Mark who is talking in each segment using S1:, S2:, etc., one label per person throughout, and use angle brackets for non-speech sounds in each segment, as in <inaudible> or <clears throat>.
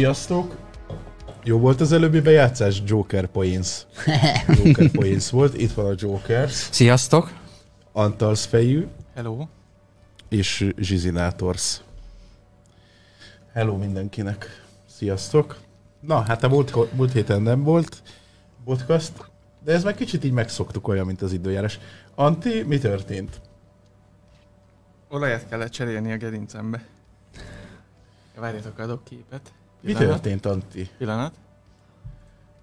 S1: Sziasztok! Jó volt az előbbi bejátszás? Joker Points. Joker Points volt. Itt van a Jokers,
S2: Sziasztok!
S1: Antalsz fejű
S3: Hello.
S1: és Zsizinátors. Hello mindenkinek! Sziasztok! Na, hát a múlt, ko- múlt héten nem volt podcast, de ez már kicsit így megszoktuk olyan, mint az időjárás. Anti, mi történt?
S3: Olajat kellett cserélni a gerincembe. Várjatok, adok képet.
S1: Mi
S3: Pillanat,
S1: történt, Anti?
S3: Pillanat.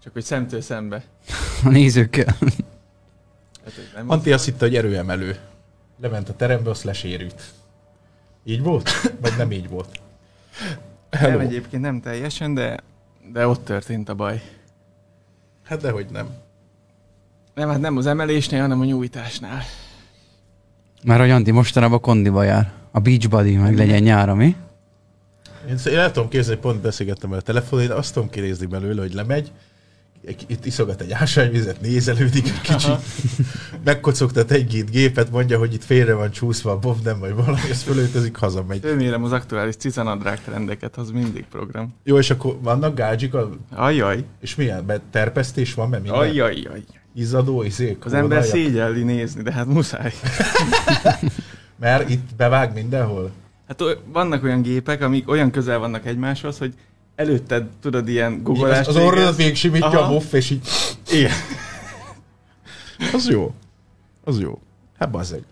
S3: Csak hogy szemtől szembe.
S2: A nézőkkel.
S3: Hát, hogy nem
S1: Anti azt hitte, hogy erőemelő. Lement a terembe, azt lesérült. Így volt? Vagy nem így volt?
S3: nem
S1: Hello.
S3: egyébként nem teljesen, de, de ott történt a baj.
S1: Hát dehogy nem.
S3: Nem, hát nem az emelésnél, hanem a nyújtásnál.
S2: Már a Jandi mostanában kondiba jár. A Beachbody meg legyen nyára, mi?
S1: Én, én el tudom képzelni, pont beszélgettem el a telefonon, én azt tudom kinézni belőle, hogy lemegy, egy- itt iszogat egy ásványvizet, nézelődik egy kicsit, <laughs> megkocogtat egy-két gépet, mondja, hogy itt félre van csúszva a bob, nem vagy valami, ezt fölöltözik, hazamegy.
S3: Fölmérem az aktuális cicanadrág trendeket, az mindig program.
S1: Jó, és akkor vannak gágyik, a-
S3: Ajaj,
S1: és milyen? Be- Terpesztés van, mert minden Ajja.
S3: ajaj, ajaj.
S1: izzadó, izé, izék,
S3: Az ember
S1: kódalja?
S3: szégyelli nézni, de hát muszáj.
S1: Mert itt bevág mindenhol.
S3: Hát o- vannak olyan gépek, amik olyan közel vannak egymáshoz, hogy előtted tudod ilyen
S1: Az,
S3: guggolást.
S1: az orrodat végig simítja a
S3: Aha.
S1: buff, és így...
S3: Igen.
S1: <laughs> Az jó. Az jó. Hát bazzeg.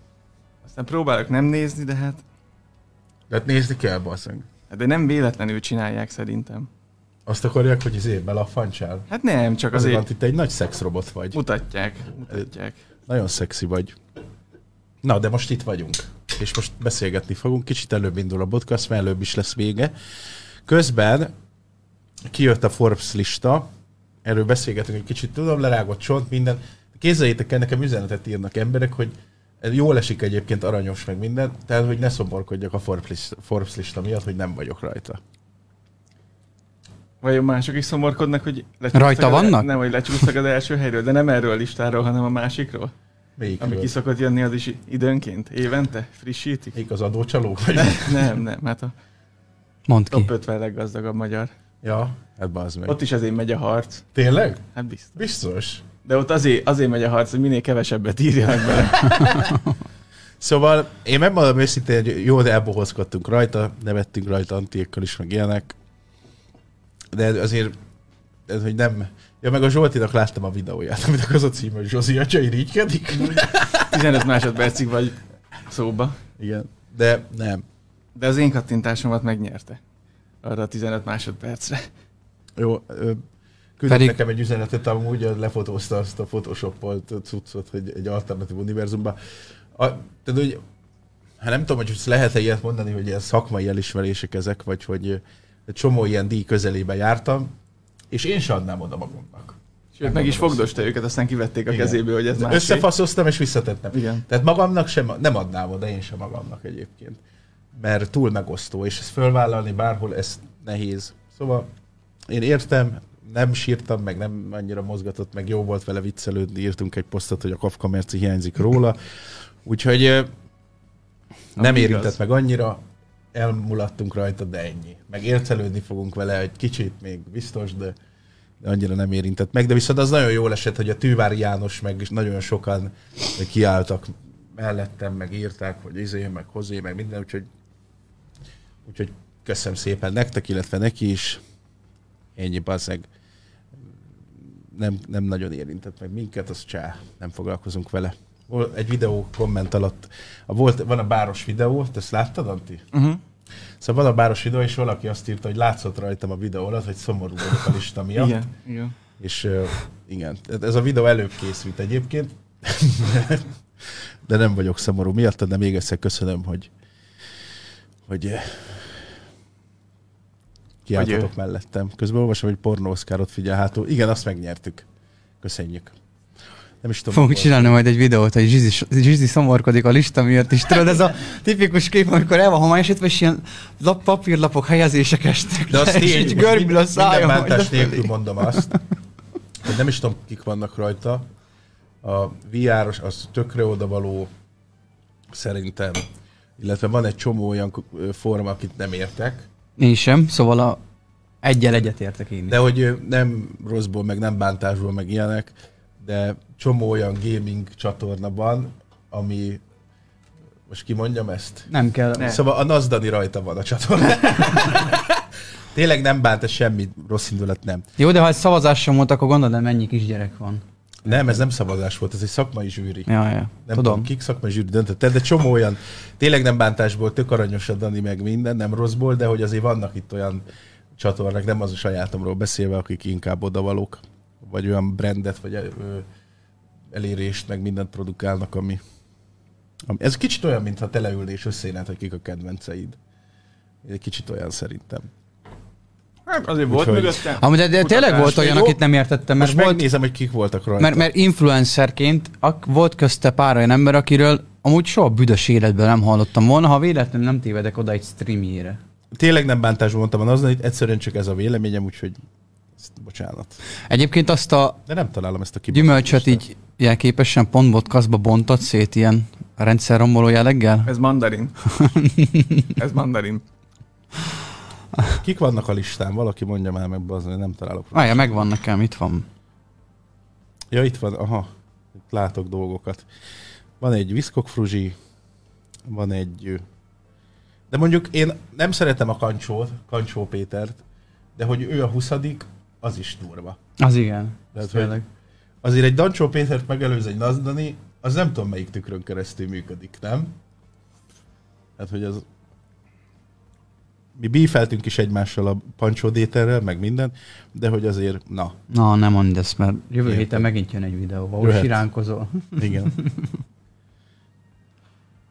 S3: Aztán próbálok nem nézni, de hát,
S1: De hát nézni kell, bazzeg.
S3: hát de nem véletlenül csinálják szerintem.
S1: Azt akarják, hogy az évben a fancsál.
S3: Hát nem, csak
S1: Azért,
S3: azért
S1: Azért te egy nagy szexrobot vagy.
S3: mutatják, mutatják.
S1: Nagyon szexi vagy. Na, de most itt vagyunk. És most beszélgetni fogunk. Kicsit előbb indul a podcast, mert előbb is lesz vége. Közben kijött a Forbes lista. Erről beszélgetünk egy kicsit. Tudom, lerágott csont, minden. Képzeljétek el, nekem üzenetet írnak emberek, hogy ez jól esik egyébként aranyos meg minden, tehát hogy ne szomorkodjak a Forbes lista, Forbes lista miatt, hogy nem vagyok rajta.
S3: Vajon mások is szomorkodnak, hogy lecsúsztak
S2: Rajta
S3: az-
S2: vannak?
S3: Nem, hogy lecsúsztak az első helyről, de nem erről a listáról, hanem a másikról. Ami
S1: Melyikről?
S3: ki szokott jönni, az is időnként, évente, frissítik.
S1: Melyik az adócsalók? Vagy?
S3: Nem, nem, hát a
S2: Mondd ki.
S3: top 50 leggazdagabb magyar.
S1: <laughs> Ja, ebben az meg.
S3: Ott is azért megy a harc.
S1: Tényleg?
S3: Hát biztos.
S1: Biztos.
S3: De ott azért, azért megy a harc, hogy minél kevesebbet írjanak bele.
S1: Szóval én megmondom őszintén, hogy jól elbohozkodtunk rajta, nevettünk rajta antiékkal is, meg ilyenek. De azért, ez, hogy nem... Ja, meg a Zsoltinak láttam a videóját, <laughs> aminek az a címe, hogy Zsozi atya irigykedik.
S3: 15 másodpercig vagy szóba.
S1: Igen. De nem.
S3: De az én kattintásomat megnyerte. Arra a 15 másodpercre.
S1: Jó, ö, küldött
S2: Pedig-
S1: nekem egy üzenetet, amúgy lefotózta azt a photoshopolt cuccot, hogy egy alternatív univerzumban. A, tehát, hogy, hát nem tudom, hogy ezt lehet-e ilyet mondani, hogy ilyen szakmai elismerések ezek, vagy hogy ö, egy csomó ilyen díj közelébe jártam, és én sem adnám oda magamnak.
S3: Sőt, meg is fogdosta őket, aztán kivették a
S1: Igen.
S3: kezéből, hogy ez
S1: De
S3: más.
S1: Összefaszoztam és visszatettem.
S3: Igen.
S1: Tehát magamnak sem, nem adnám oda, én sem magamnak egyébként. Mert túl megosztó, és ezt fölvállalni bárhol, ez nehéz. Szóval én értem, nem sírtam, meg nem annyira mozgatott, meg jó volt vele viccelődni, írtunk egy posztot, hogy a Kafka merci hiányzik róla. Úgyhogy ö, nem
S3: Ami igaz.
S1: érintett meg annyira, elmulattunk rajta, de ennyi. Meg értelődni fogunk vele egy kicsit még biztos, de de annyira nem érintett meg, de viszont az nagyon jól esett, hogy a Tűvári János meg is nagyon sokan kiálltak mellettem, meg írták, hogy izé, meg hozé, meg minden, úgyhogy, úgyhogy köszönöm szépen nektek, illetve neki is. Ennyi bazeg. Nem, nem nagyon érintett meg minket, az csá, nem foglalkozunk vele. Hol- Egy videó komment alatt, a volt, van a báros videó, te ezt láttad, Anti?
S3: Uh-huh.
S1: Szóval van a báros videó, és valaki azt írta, hogy látszott rajtam a videó alatt, hogy szomorú vagyok a lista miatt.
S3: Igen. Igen.
S1: És ö, igen, tehát ez a videó előbb készült egyébként, <laughs> de nem vagyok szomorú miatt, de még egyszer köszönöm, hogy, hogy ö,
S3: Hogy
S1: kiálltatok mellettem. Közben olvasom, hogy pornószkárot figyel hátul. Igen, azt megnyertük. Köszönjük. Nem is tudom.
S2: Fogunk
S1: mikor.
S2: csinálni majd egy videót, hogy Zsizi, Zsizi szomorkodik a lista miatt, és tudod, ez a tipikus kép, amikor el van homályosítva, és ilyen lap, papírlapok helyezések estek
S1: De azt
S2: le, és
S1: így,
S2: így görbül a
S1: Minden
S2: szájam. hogy
S1: bántás
S2: lefelé.
S1: nélkül mondom azt, hogy nem is tudom, kik vannak rajta. A VR-os, az tökre odavaló, szerintem. Illetve van egy csomó olyan k- ö, forma, akit nem értek.
S2: Én sem, szóval a Egyel egyetértek én is.
S1: De hogy ö, nem rosszból, meg nem bántásból, meg ilyenek, de csomó olyan gaming csatorna van, ami... Most kimondjam ezt?
S2: Nem kell.
S3: Ne.
S1: Szóval a Nazdani rajta van a csatorna. <laughs> Tényleg nem bánt ez semmit, rossz indulat nem.
S2: Jó, de ha egy szavazás sem volt, akkor gondolod, mennyi kisgyerek van.
S1: Nem, ez nem szavazás volt, ez egy szakmai zsűri.
S2: Ja, ja.
S1: Nem tudom,
S2: Tudom.
S1: kik szakmai zsűri döntött el, de csomó olyan, tényleg nem bántásból, tök aranyos a Dani meg minden, nem rosszból, de hogy azért vannak itt olyan csatornák, nem az a sajátomról beszélve, akik inkább odavalók, vagy olyan brandet, vagy ö, elérést, meg mindent produkálnak, ami, ami... Ez kicsit olyan, mintha te leülnél és összeírnád, hogy kik a kedvenceid. Egy kicsit olyan szerintem.
S3: Hát azért volt
S1: Úgyhogy-
S3: mögöttem.
S2: Amúgy de, de tényleg
S3: Kutatás.
S2: volt olyan,
S1: Jó.
S2: akit nem értettem, mert
S1: Most
S2: volt,
S1: megnézem, hogy kik voltak rajta.
S2: mert, mert influencerként ak- volt közte pár olyan ember, akiről amúgy soha büdös életben nem hallottam volna, ha véletlenül nem tévedek oda egy streamjére.
S1: Tényleg nem bántásból mondtam, hanem az, hogy egyszerűen csak ez a véleményem, úgyhogy ezt- bocsánat.
S2: Egyébként azt a
S1: De nem találom ezt a kibaszt.
S2: gyümölcsöt így jelképesen pont podcastba bontott szét ilyen rendszerromboló jelleggel?
S3: Ez
S2: <laughs>
S3: mandarin. Ez mandarin.
S1: Kik vannak a listán? Valaki mondja már meg, bazd, meg, nem találok. rá.
S2: Ah, ja, megvan nekem, itt van.
S1: Ja, itt van, aha, itt látok dolgokat. Van egy Viszkok Fruzsi, van egy... ö, De mondjuk én nem szeretem a Kancsót, Kancsó Pétert, de hogy ő a 20 az is durva.
S2: Az igen.
S1: Tehát,
S2: Tényleg.
S1: hogy azért egy Dancsó Pétert megelőz egy Nazdani, az nem tudom melyik tükrön keresztül működik, nem? Hát, hogy az... Mi bífeltünk is egymással a Pancsó Déterrel, meg minden, de hogy azért, na,
S2: Na, nem mondd ezt, mert jövő
S1: Érted.
S2: héten megint jön egy videó, ahol
S1: Jöhet.
S2: siránkozol.
S1: Igen.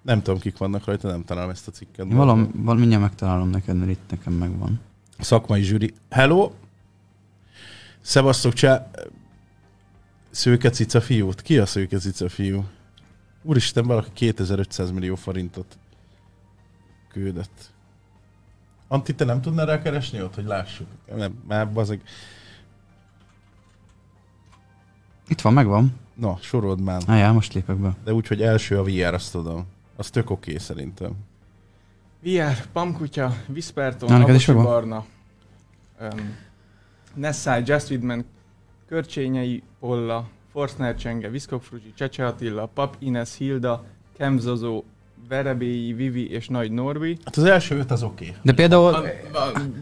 S1: Nem tudom, kik vannak rajta, nem találom ezt a cikket.
S2: Én valam, val, mindjárt megtalálom neked, mert itt nekem megvan.
S1: Szakmai zsűri. Hello! Szevasztok, csá... Szőke cica fiút. Ki a szőke cica fiú? Úristen, valaki 2500 millió forintot küldött. Antti, te nem tudnál rákeresni ott, hogy lássuk? Nem, már bazeg.
S2: Itt van, megvan.
S1: Na, sorold már.
S2: Ah, já, most lépek be.
S1: De úgy, hogy első a VR, azt tudom. Az tök oké okay, szerintem.
S3: VR, Pamkutya, Visperton,
S2: Na, neked is
S3: Abosi
S2: megvan?
S3: Barna, um, Nessai, Just Widman, Körcsényei, Polla, Forstner Csenge, Viszkok Fruzsi, Csecse Attila, Pap Ines, Hilda, Kemzozó, Verebélyi, Vivi és Nagy Norbi.
S1: Hát az első öt az oké. Okay.
S2: De
S3: A,
S2: például,
S3: a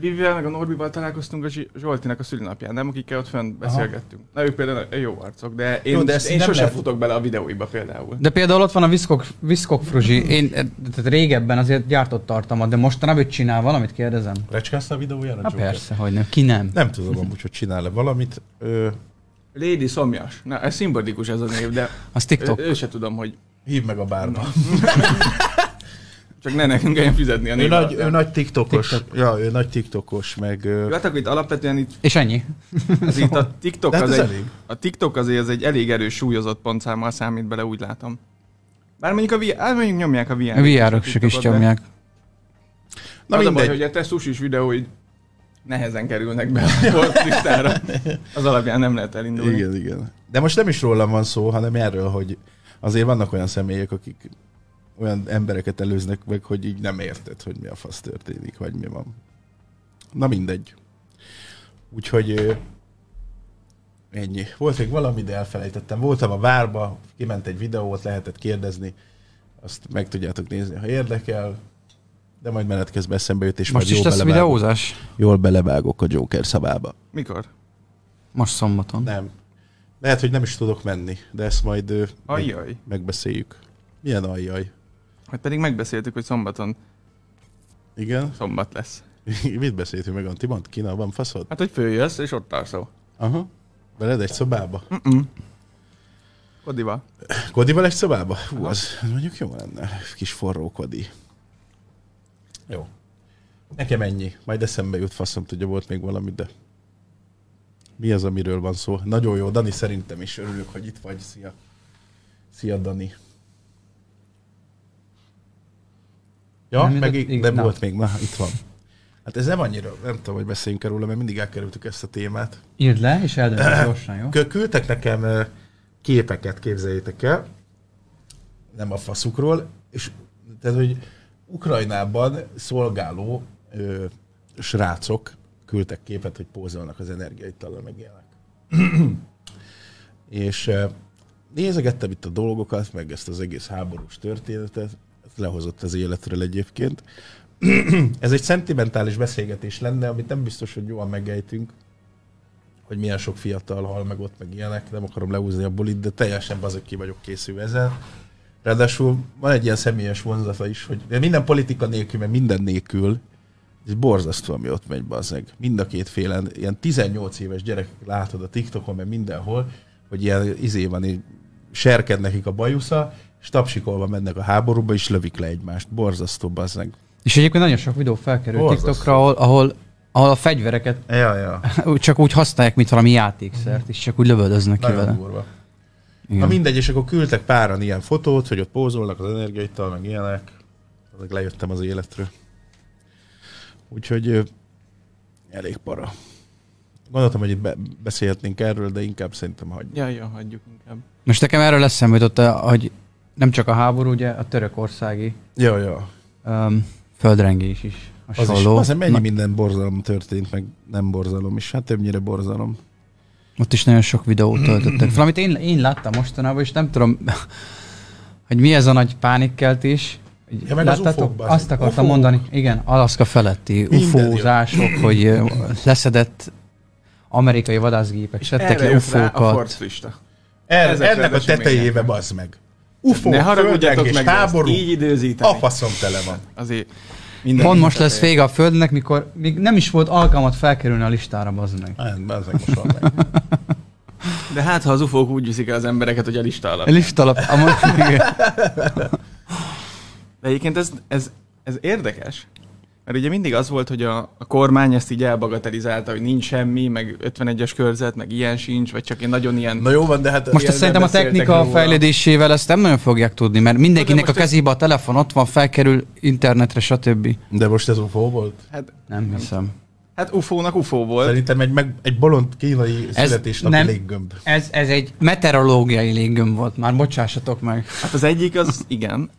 S3: Vivivel meg a Norbival találkoztunk a Zsi- Zsoltinak a szülinapján, nem? Akikkel ott fönn beszélgettünk. Na ők például jó arcok, de én,
S1: Jó, de
S3: de
S1: ezt
S3: én
S1: nem
S3: sosem
S1: lehet-
S3: futok bele a videóiba például.
S2: de például ott van a Viszkok, Viszkok Fruzsi. Én eh, tehát régebben azért gyártott tartalmat, de mostanában ő csinál valamit, kérdezem.
S1: Recskázta a videójára?
S2: Na
S1: Joker?
S2: Hát persze, hogy nem. Ki nem?
S1: Nem tudom amúgy, hogy csinál-e valamit. Ö,
S3: Lady Szomjas. Na, ez szimbolikus ez a név, de
S2: Az
S3: ő,
S2: TikTok.
S3: ő se tudom, hogy
S1: hív meg a bárba.
S3: Csak ne nekünk kelljen fizetni a
S1: Ő
S3: név
S1: nagy,
S3: alapján.
S1: ő nagy tiktokos. TikTok. Ja, ő nagy tiktokos, meg...
S3: Jó,
S1: ö,
S3: Hát akkor itt alapvetően
S1: <laughs>
S3: itt,
S2: És ennyi.
S3: az itt a TikTok
S1: De hát
S3: az
S1: ez
S3: egy,
S1: elég.
S3: a TikTok azért az egy elég erős súlyozott pontszámmal számít bele, úgy látom. Bár mondjuk, a VR, hát mondjuk nyomják a VR.
S2: A VR-ösök is nyomják.
S1: Na
S3: Na az a baj,
S1: mindegy.
S3: hogy a te susis videóid nehezen kerülnek be
S1: <laughs>
S3: a sportlistára. Az alapján nem lehet elindulni.
S1: Igen, igen. De most nem is rólam van szó, hanem erről, hogy azért vannak olyan személyek, akik olyan embereket előznek meg, hogy így nem érted, hogy mi a fasz történik, vagy mi van. Na mindegy. Úgyhogy ö, ennyi. Volt még valami, de elfelejtettem. Voltam a várba, kiment egy videót, lehetett kérdezni. Azt meg tudjátok nézni, ha érdekel. De majd menet közben eszembe jut, és
S2: Most
S1: majd
S2: is
S1: jól,
S2: lesz
S1: belevágok.
S2: videózás?
S1: jól belevágok a Joker szabába.
S3: Mikor?
S2: Most szombaton.
S1: Nem. Lehet, hogy nem is tudok menni, de ezt majd ö, meg,
S3: Ajjaj.
S1: megbeszéljük. Milyen ajjaj?
S3: Hát pedig megbeszéltük, hogy szombaton
S1: Igen? <laughs>
S3: szombat lesz.
S1: Mit beszéltünk meg, Anti? Mondd, Kína, van faszod?
S3: Hát, hogy följössz, és ott tartszol.
S1: Aha. Veled egy szobába?
S3: Kodival.
S1: Kodival egy szobába? Hú, az, az mondjuk jó lenne. Kis forró Kodi. Jó. Nekem ennyi. Majd eszembe jut, faszom tudja, volt még valami, de... Mi az, amiről van szó? Nagyon jó, Dani szerintem is. Örülök, hogy itt vagy. Szia. Szia, Dani. Ja,
S2: Nem
S1: nem meg
S2: jutott-
S1: így,
S2: igen,
S1: nem
S2: na.
S1: volt még, na, itt van. Hát ez nem annyira, nem tudom, hogy beszéljünk erről, mert mindig elkerültük ezt a témát.
S2: Írd le,
S1: <coughs>
S2: és eldöntöd gyorsan, jó?
S1: Kö- Küldtek nekem ö, képeket, képzeljétek el, nem a faszukról, és tehát, hogy Ukrajnában szolgáló ö, srácok küldtek képet, hogy pózolnak az energiaitallal, meg ilyenek. <clears throat> és eh, nézegettem itt a dolgokat, meg ezt az egész háborús történetet, ezt lehozott az életről egyébként. <clears throat> Ez egy szentimentális beszélgetés lenne, amit nem biztos, hogy jól megejtünk, hogy milyen sok fiatal hal meg ott, meg ilyenek, nem akarom lehúzni a bulit, de teljesen azok ki vagyok készülve ezzel. Ráadásul van egy ilyen személyes vonzata is, hogy de minden politika nélkül, mert minden nélkül, ez borzasztó, ami ott megy, bazzeg. Mind a két félen, ilyen 18 éves gyerek látod a TikTokon, meg mindenhol, hogy ilyen izé van, így serked nekik a bajusza, és tapsikolva mennek a háborúba, és lövik le egymást. Borzasztó, bazzeg.
S2: És egyébként nagyon sok videó felkerül
S1: Borzasztó.
S2: TikTokra, ahol, ahol, ahol a fegyvereket <laughs>
S1: Ja, ja.
S2: úgy csak úgy használják, mint valami játékszert, és csak úgy lövöldöznek ki
S1: Nagyon
S2: vele.
S1: durva.
S2: Igen.
S1: Na mindegy, és akkor küldtek páran ilyen fotót, hogy ott pózolnak az energiaittal, meg ilyenek. Azok lejöttem az életről. Úgyhogy ö, elég para. Gondoltam, hogy itt be- beszélhetnénk erről, de inkább szerintem hagyjuk.
S3: Ja, ja, hagyjuk inkább.
S2: Most nekem erről eszembe jutott, eh, hogy nem csak a háború, ugye a törökországi
S1: Ja, ja.
S2: um, földrengés is
S1: Az is,
S2: hasonló.
S1: az, mennyi
S2: Na,
S1: minden borzalom történt, meg nem borzalom is. Hát többnyire borzalom.
S2: ott is nagyon sok videót töltöttek fel, amit én, én láttam mostanában, és nem tudom, <laughs> hogy mi ez a nagy pánikkeltés. Hogy
S1: Ja, meg az ufók, bazd
S2: Azt
S1: meg.
S2: akartam
S1: Ufók.
S2: mondani, igen, Alaszka feletti
S1: Minden jön.
S2: ufózások, hogy eh, leszedett amerikai vadászgépek, szedtek
S3: Erre
S2: le
S3: jött rá a
S2: ufókat.
S3: Forbes lista.
S1: Er,
S3: Ezekre
S1: ennek a
S3: az eseményekre.
S1: tetejébe bazd meg. UFO,
S3: ne haragudjatok
S1: földrengés,
S3: meg, de ezt
S1: háború,
S3: így időzíteni.
S1: a faszom tele van.
S3: Azért minden
S2: Pont most lesz
S3: fél.
S2: vége a Földnek, mikor még nem is volt alkalmat felkerülni a listára, bazd meg.
S1: Hát, bazd meg, most van meg.
S3: De hát, ha az ufók úgy viszik el az embereket, hogy a lista alatt.
S2: A Liftalap, amúgy <laughs> igen.
S3: De egyébként ez, ez, ez érdekes, mert ugye mindig az volt, hogy a, a kormány ezt így elbagatelizálta, hogy nincs semmi, meg 51-es körzet, meg ilyen sincs, vagy csak én nagyon ilyen...
S1: Na jó van, de hát...
S2: Most
S1: ilyen
S2: ezt szerintem a
S1: nem beszéltek
S2: technika
S1: róla.
S2: fejlődésével ezt nem nagyon fogják tudni, mert mindenkinek a
S3: most ez-
S2: kezébe a telefon ott van, felkerül internetre, stb.
S1: De most ez UFO volt?
S3: Hát,
S2: Nem hiszem.
S3: hát ufónak ufó volt.
S1: Szerintem egy, meg, egy bolond kínai születésnapi
S2: nem-
S1: léggömb.
S2: Ez, ez egy meteorológiai léggömb volt már, bocsássatok meg.
S3: Hát az egyik az igen.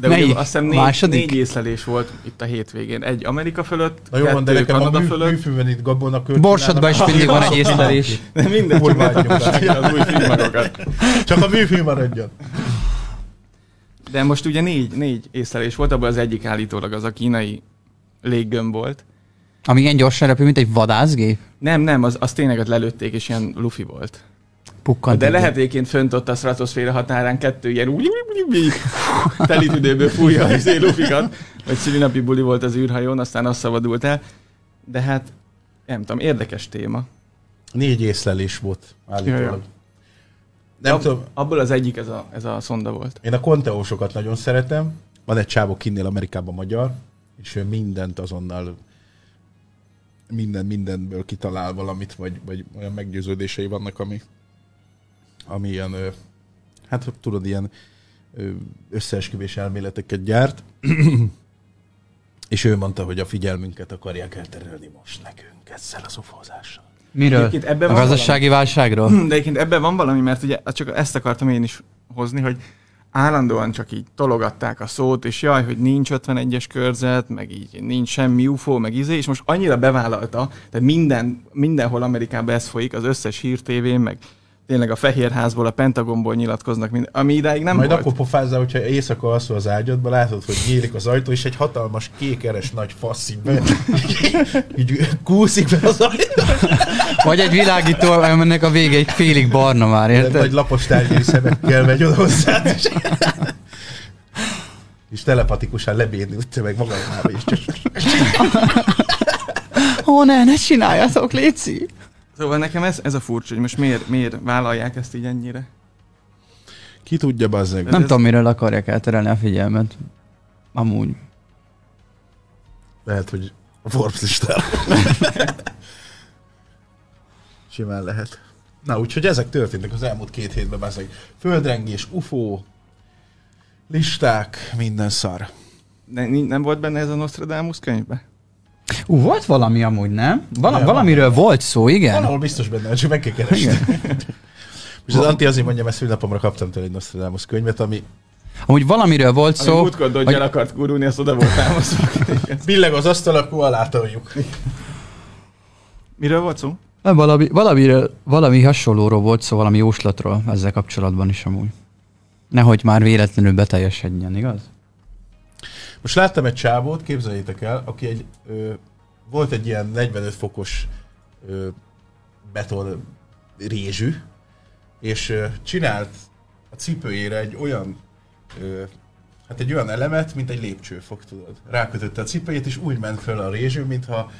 S3: De
S2: Melyik?
S3: ugye azt hiszem négy,
S2: Második?
S3: négy észlelés volt itt a hétvégén. Egy Amerika fölött,
S1: Na jó van, de
S3: kettő
S1: nekem a
S3: Kanada
S1: mű,
S3: fölött.
S1: műfűben itt gabona kölcsön.
S2: Borsodban is mindig van egy észlelés.
S3: De minden csak
S1: Kurva
S3: ne
S1: anyjukat. <laughs>
S3: tapossák az új filmagokat.
S1: Csak a műfű maradjon.
S3: De most ugye négy, négy észlelés volt, abból az egyik állítólag az a kínai léggömb volt.
S2: Ami ilyen gyorsan repül, mint egy vadászgép.
S3: Nem, nem, az, az tényleg ott lelőtték, és ilyen lufi volt.
S2: Pukkant.
S3: De
S2: ide.
S3: lehet egyébként fönt ott a stratoszféra határán kettő ilyen úgy- úgy- úgy- úgy- telít időből fújja az lufikat, vagy szülinapi buli volt az űrhajón, aztán az szabadult el. De hát, nem tudom, érdekes téma.
S1: Négy észlelés volt állítólag.
S3: Ja, ja.
S1: Nem
S3: Ab-
S1: tudom,
S3: Abból az egyik ez a, ez a szonda volt.
S1: én a konteósokat nagyon szeretem. Van egy csávó kinnél Amerikában magyar, és ő mindent azonnal minden mindenből kitalál valamit, vagy, vagy olyan meggyőződései vannak, ami, ami ilyen, ö, hát tudod, ilyen ö, összeesküvés elméleteket gyárt, <clears throat> és ő mondta, hogy a figyelmünket akarják elterelni most nekünk ezzel az ufózással.
S2: Miről?
S3: Egyébként ebben
S2: A
S3: van
S2: gazdasági válságról?
S3: <clears throat> De egyébként ebben van valami, mert ugye csak ezt akartam én is hozni, hogy állandóan csak így tologatták a szót, és jaj, hogy nincs 51-es körzet, meg így nincs semmi UFO, meg izé, és most annyira bevállalta, tehát minden, mindenhol Amerikában ez folyik, az összes hírtévén, meg tényleg a Fehérházból, a Pentagonból nyilatkoznak, mind, ami idáig nem
S1: Majd
S3: volt.
S1: akkor pofázzál, hogyha éjszaka alszol az ágyadba, látod, hogy nyílik az ajtó, és egy hatalmas kékeres nagy fasz így be,
S3: <laughs>
S1: így kúszik be az ajtó.
S3: Hát
S2: Vagy egy világító, aminek a vége egy félig barna már,
S1: Érted? Nagy
S2: érted?
S1: lapos tárgyai szemekkel megy oda hozzád, és, és telepatikusan lebírni úgy meg magadnál, és csak
S2: Ó, ne, ne csináljatok, Léci!
S3: Szóval nekem ez, ez a furcsa, hogy most miért, miért vállalják ezt így ennyire.
S1: ki tudja, bazzeg.
S2: Nem
S3: Ez-
S2: tudom, miről akarják elterelni a figyelmet. Amúgy.
S1: Lehet, hogy a Forbes listára. <laughs> Simán lehet. Na, úgyhogy ezek történtek az elmúlt két hétben, ezek földrengés, UFO, listák, minden szar.
S3: De ni- nem volt benne ez a Nostradamus könyvbe?
S2: Ú, volt valami amúgy, nem? Val-
S1: Ja,
S2: valamiről volt szó, igen?
S1: Valahol biztos benne, van, csak meg kell keresni. <laughs> És az Anti azért mondja, mert szülnapomra kaptam tőle egy Nostradamus könyvet, ami
S2: Amúgy valamiről volt
S3: Ami
S2: szó.
S3: múltkor
S2: hogy-
S3: hogy... el <laughs> akart gurulni, azt oda volt támaszva.
S1: billeg az asztal, akkor alá toljuk.
S3: Miről volt szó?
S2: Nem, valami, valami, valami hasonlóról volt szó, valami jóslatról ezzel kapcsolatban is amúgy. Nehogy már véletlenül beteljesedjen, igaz?
S1: Most láttam egy csávót, képzeljétek el, aki egy, ö, volt egy ilyen 45 fokos ö, beton rézsű, és ö, csinált a cipőjére egy olyan, ö, hát egy olyan elemet, mint egy lépcsőfok, tudod. Rákötötte a cipőjét, és úgy ment föl a rézsű, mintha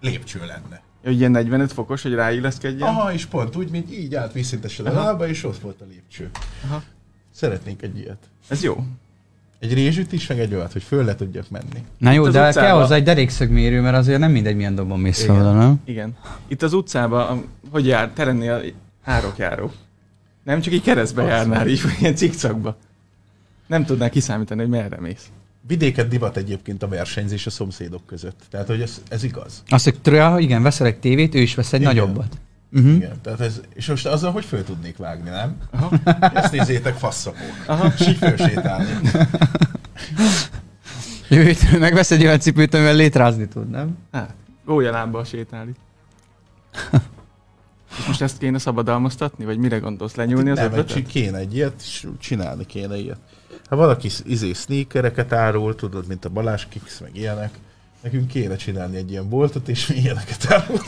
S1: lépcső lenne.
S3: Hogy ilyen 45 fokos, hogy ráilleszkedjen?
S1: Aha, és pont úgy, mint így állt vízszintesen a
S3: Aha.
S1: lába, és ott volt a lépcső.
S3: Aha.
S1: Szeretnénk egy ilyet.
S3: Ez jó.
S1: Egy rézsűt is, meg egy olyat, hogy föl le tudjak menni.
S2: Na jó,
S3: Itt az
S2: de
S3: utcában.
S2: kell hozzá egy derékszögmérő, mert azért nem mindegy, milyen dobban mész
S1: Igen.
S2: fel oda, nem?
S3: Igen. Itt az utcában, a- hogy jár, terennél árokjáró. Nem csak így keresztbe
S1: Azt
S3: járnál, így vagy ilyen cikcakba. Nem tudnál kiszámítani, hogy merre mész.
S1: Vidéket divat egyébként a versenyzés a szomszédok között. Tehát, hogy ez, ez igaz.
S2: Azt, hogy trá, igen, veszel egy tévét, ő is vesz egy
S1: Igen.
S2: nagyobbat.
S3: Mhm.
S2: Uh-huh.
S1: Igen. Tehát ez, és most azzal, hogy föl tudnék vágni, nem?
S3: Aha.
S1: Ezt nézzétek, faszapok.
S3: Aha.
S1: És így fölsétálni.
S2: Jövőtől megvesz egy olyan cipőt, amivel létrázni tud, nem?
S3: Hát, gólya lábbal sétálni. És most ezt kéne szabadalmaztatni, vagy mire gondolsz? Lenyúlni az
S1: Hát nem, egy,
S3: ötletet?
S1: csi- kéne egy ilyet, és csinálni kéne ilyet. Ha valaki sz- izé sneakereket árul, tudod, mint a Balázs Kicks, meg ilyenek, nekünk kéne csinálni egy ilyen boltot, és mi ilyeneket árul.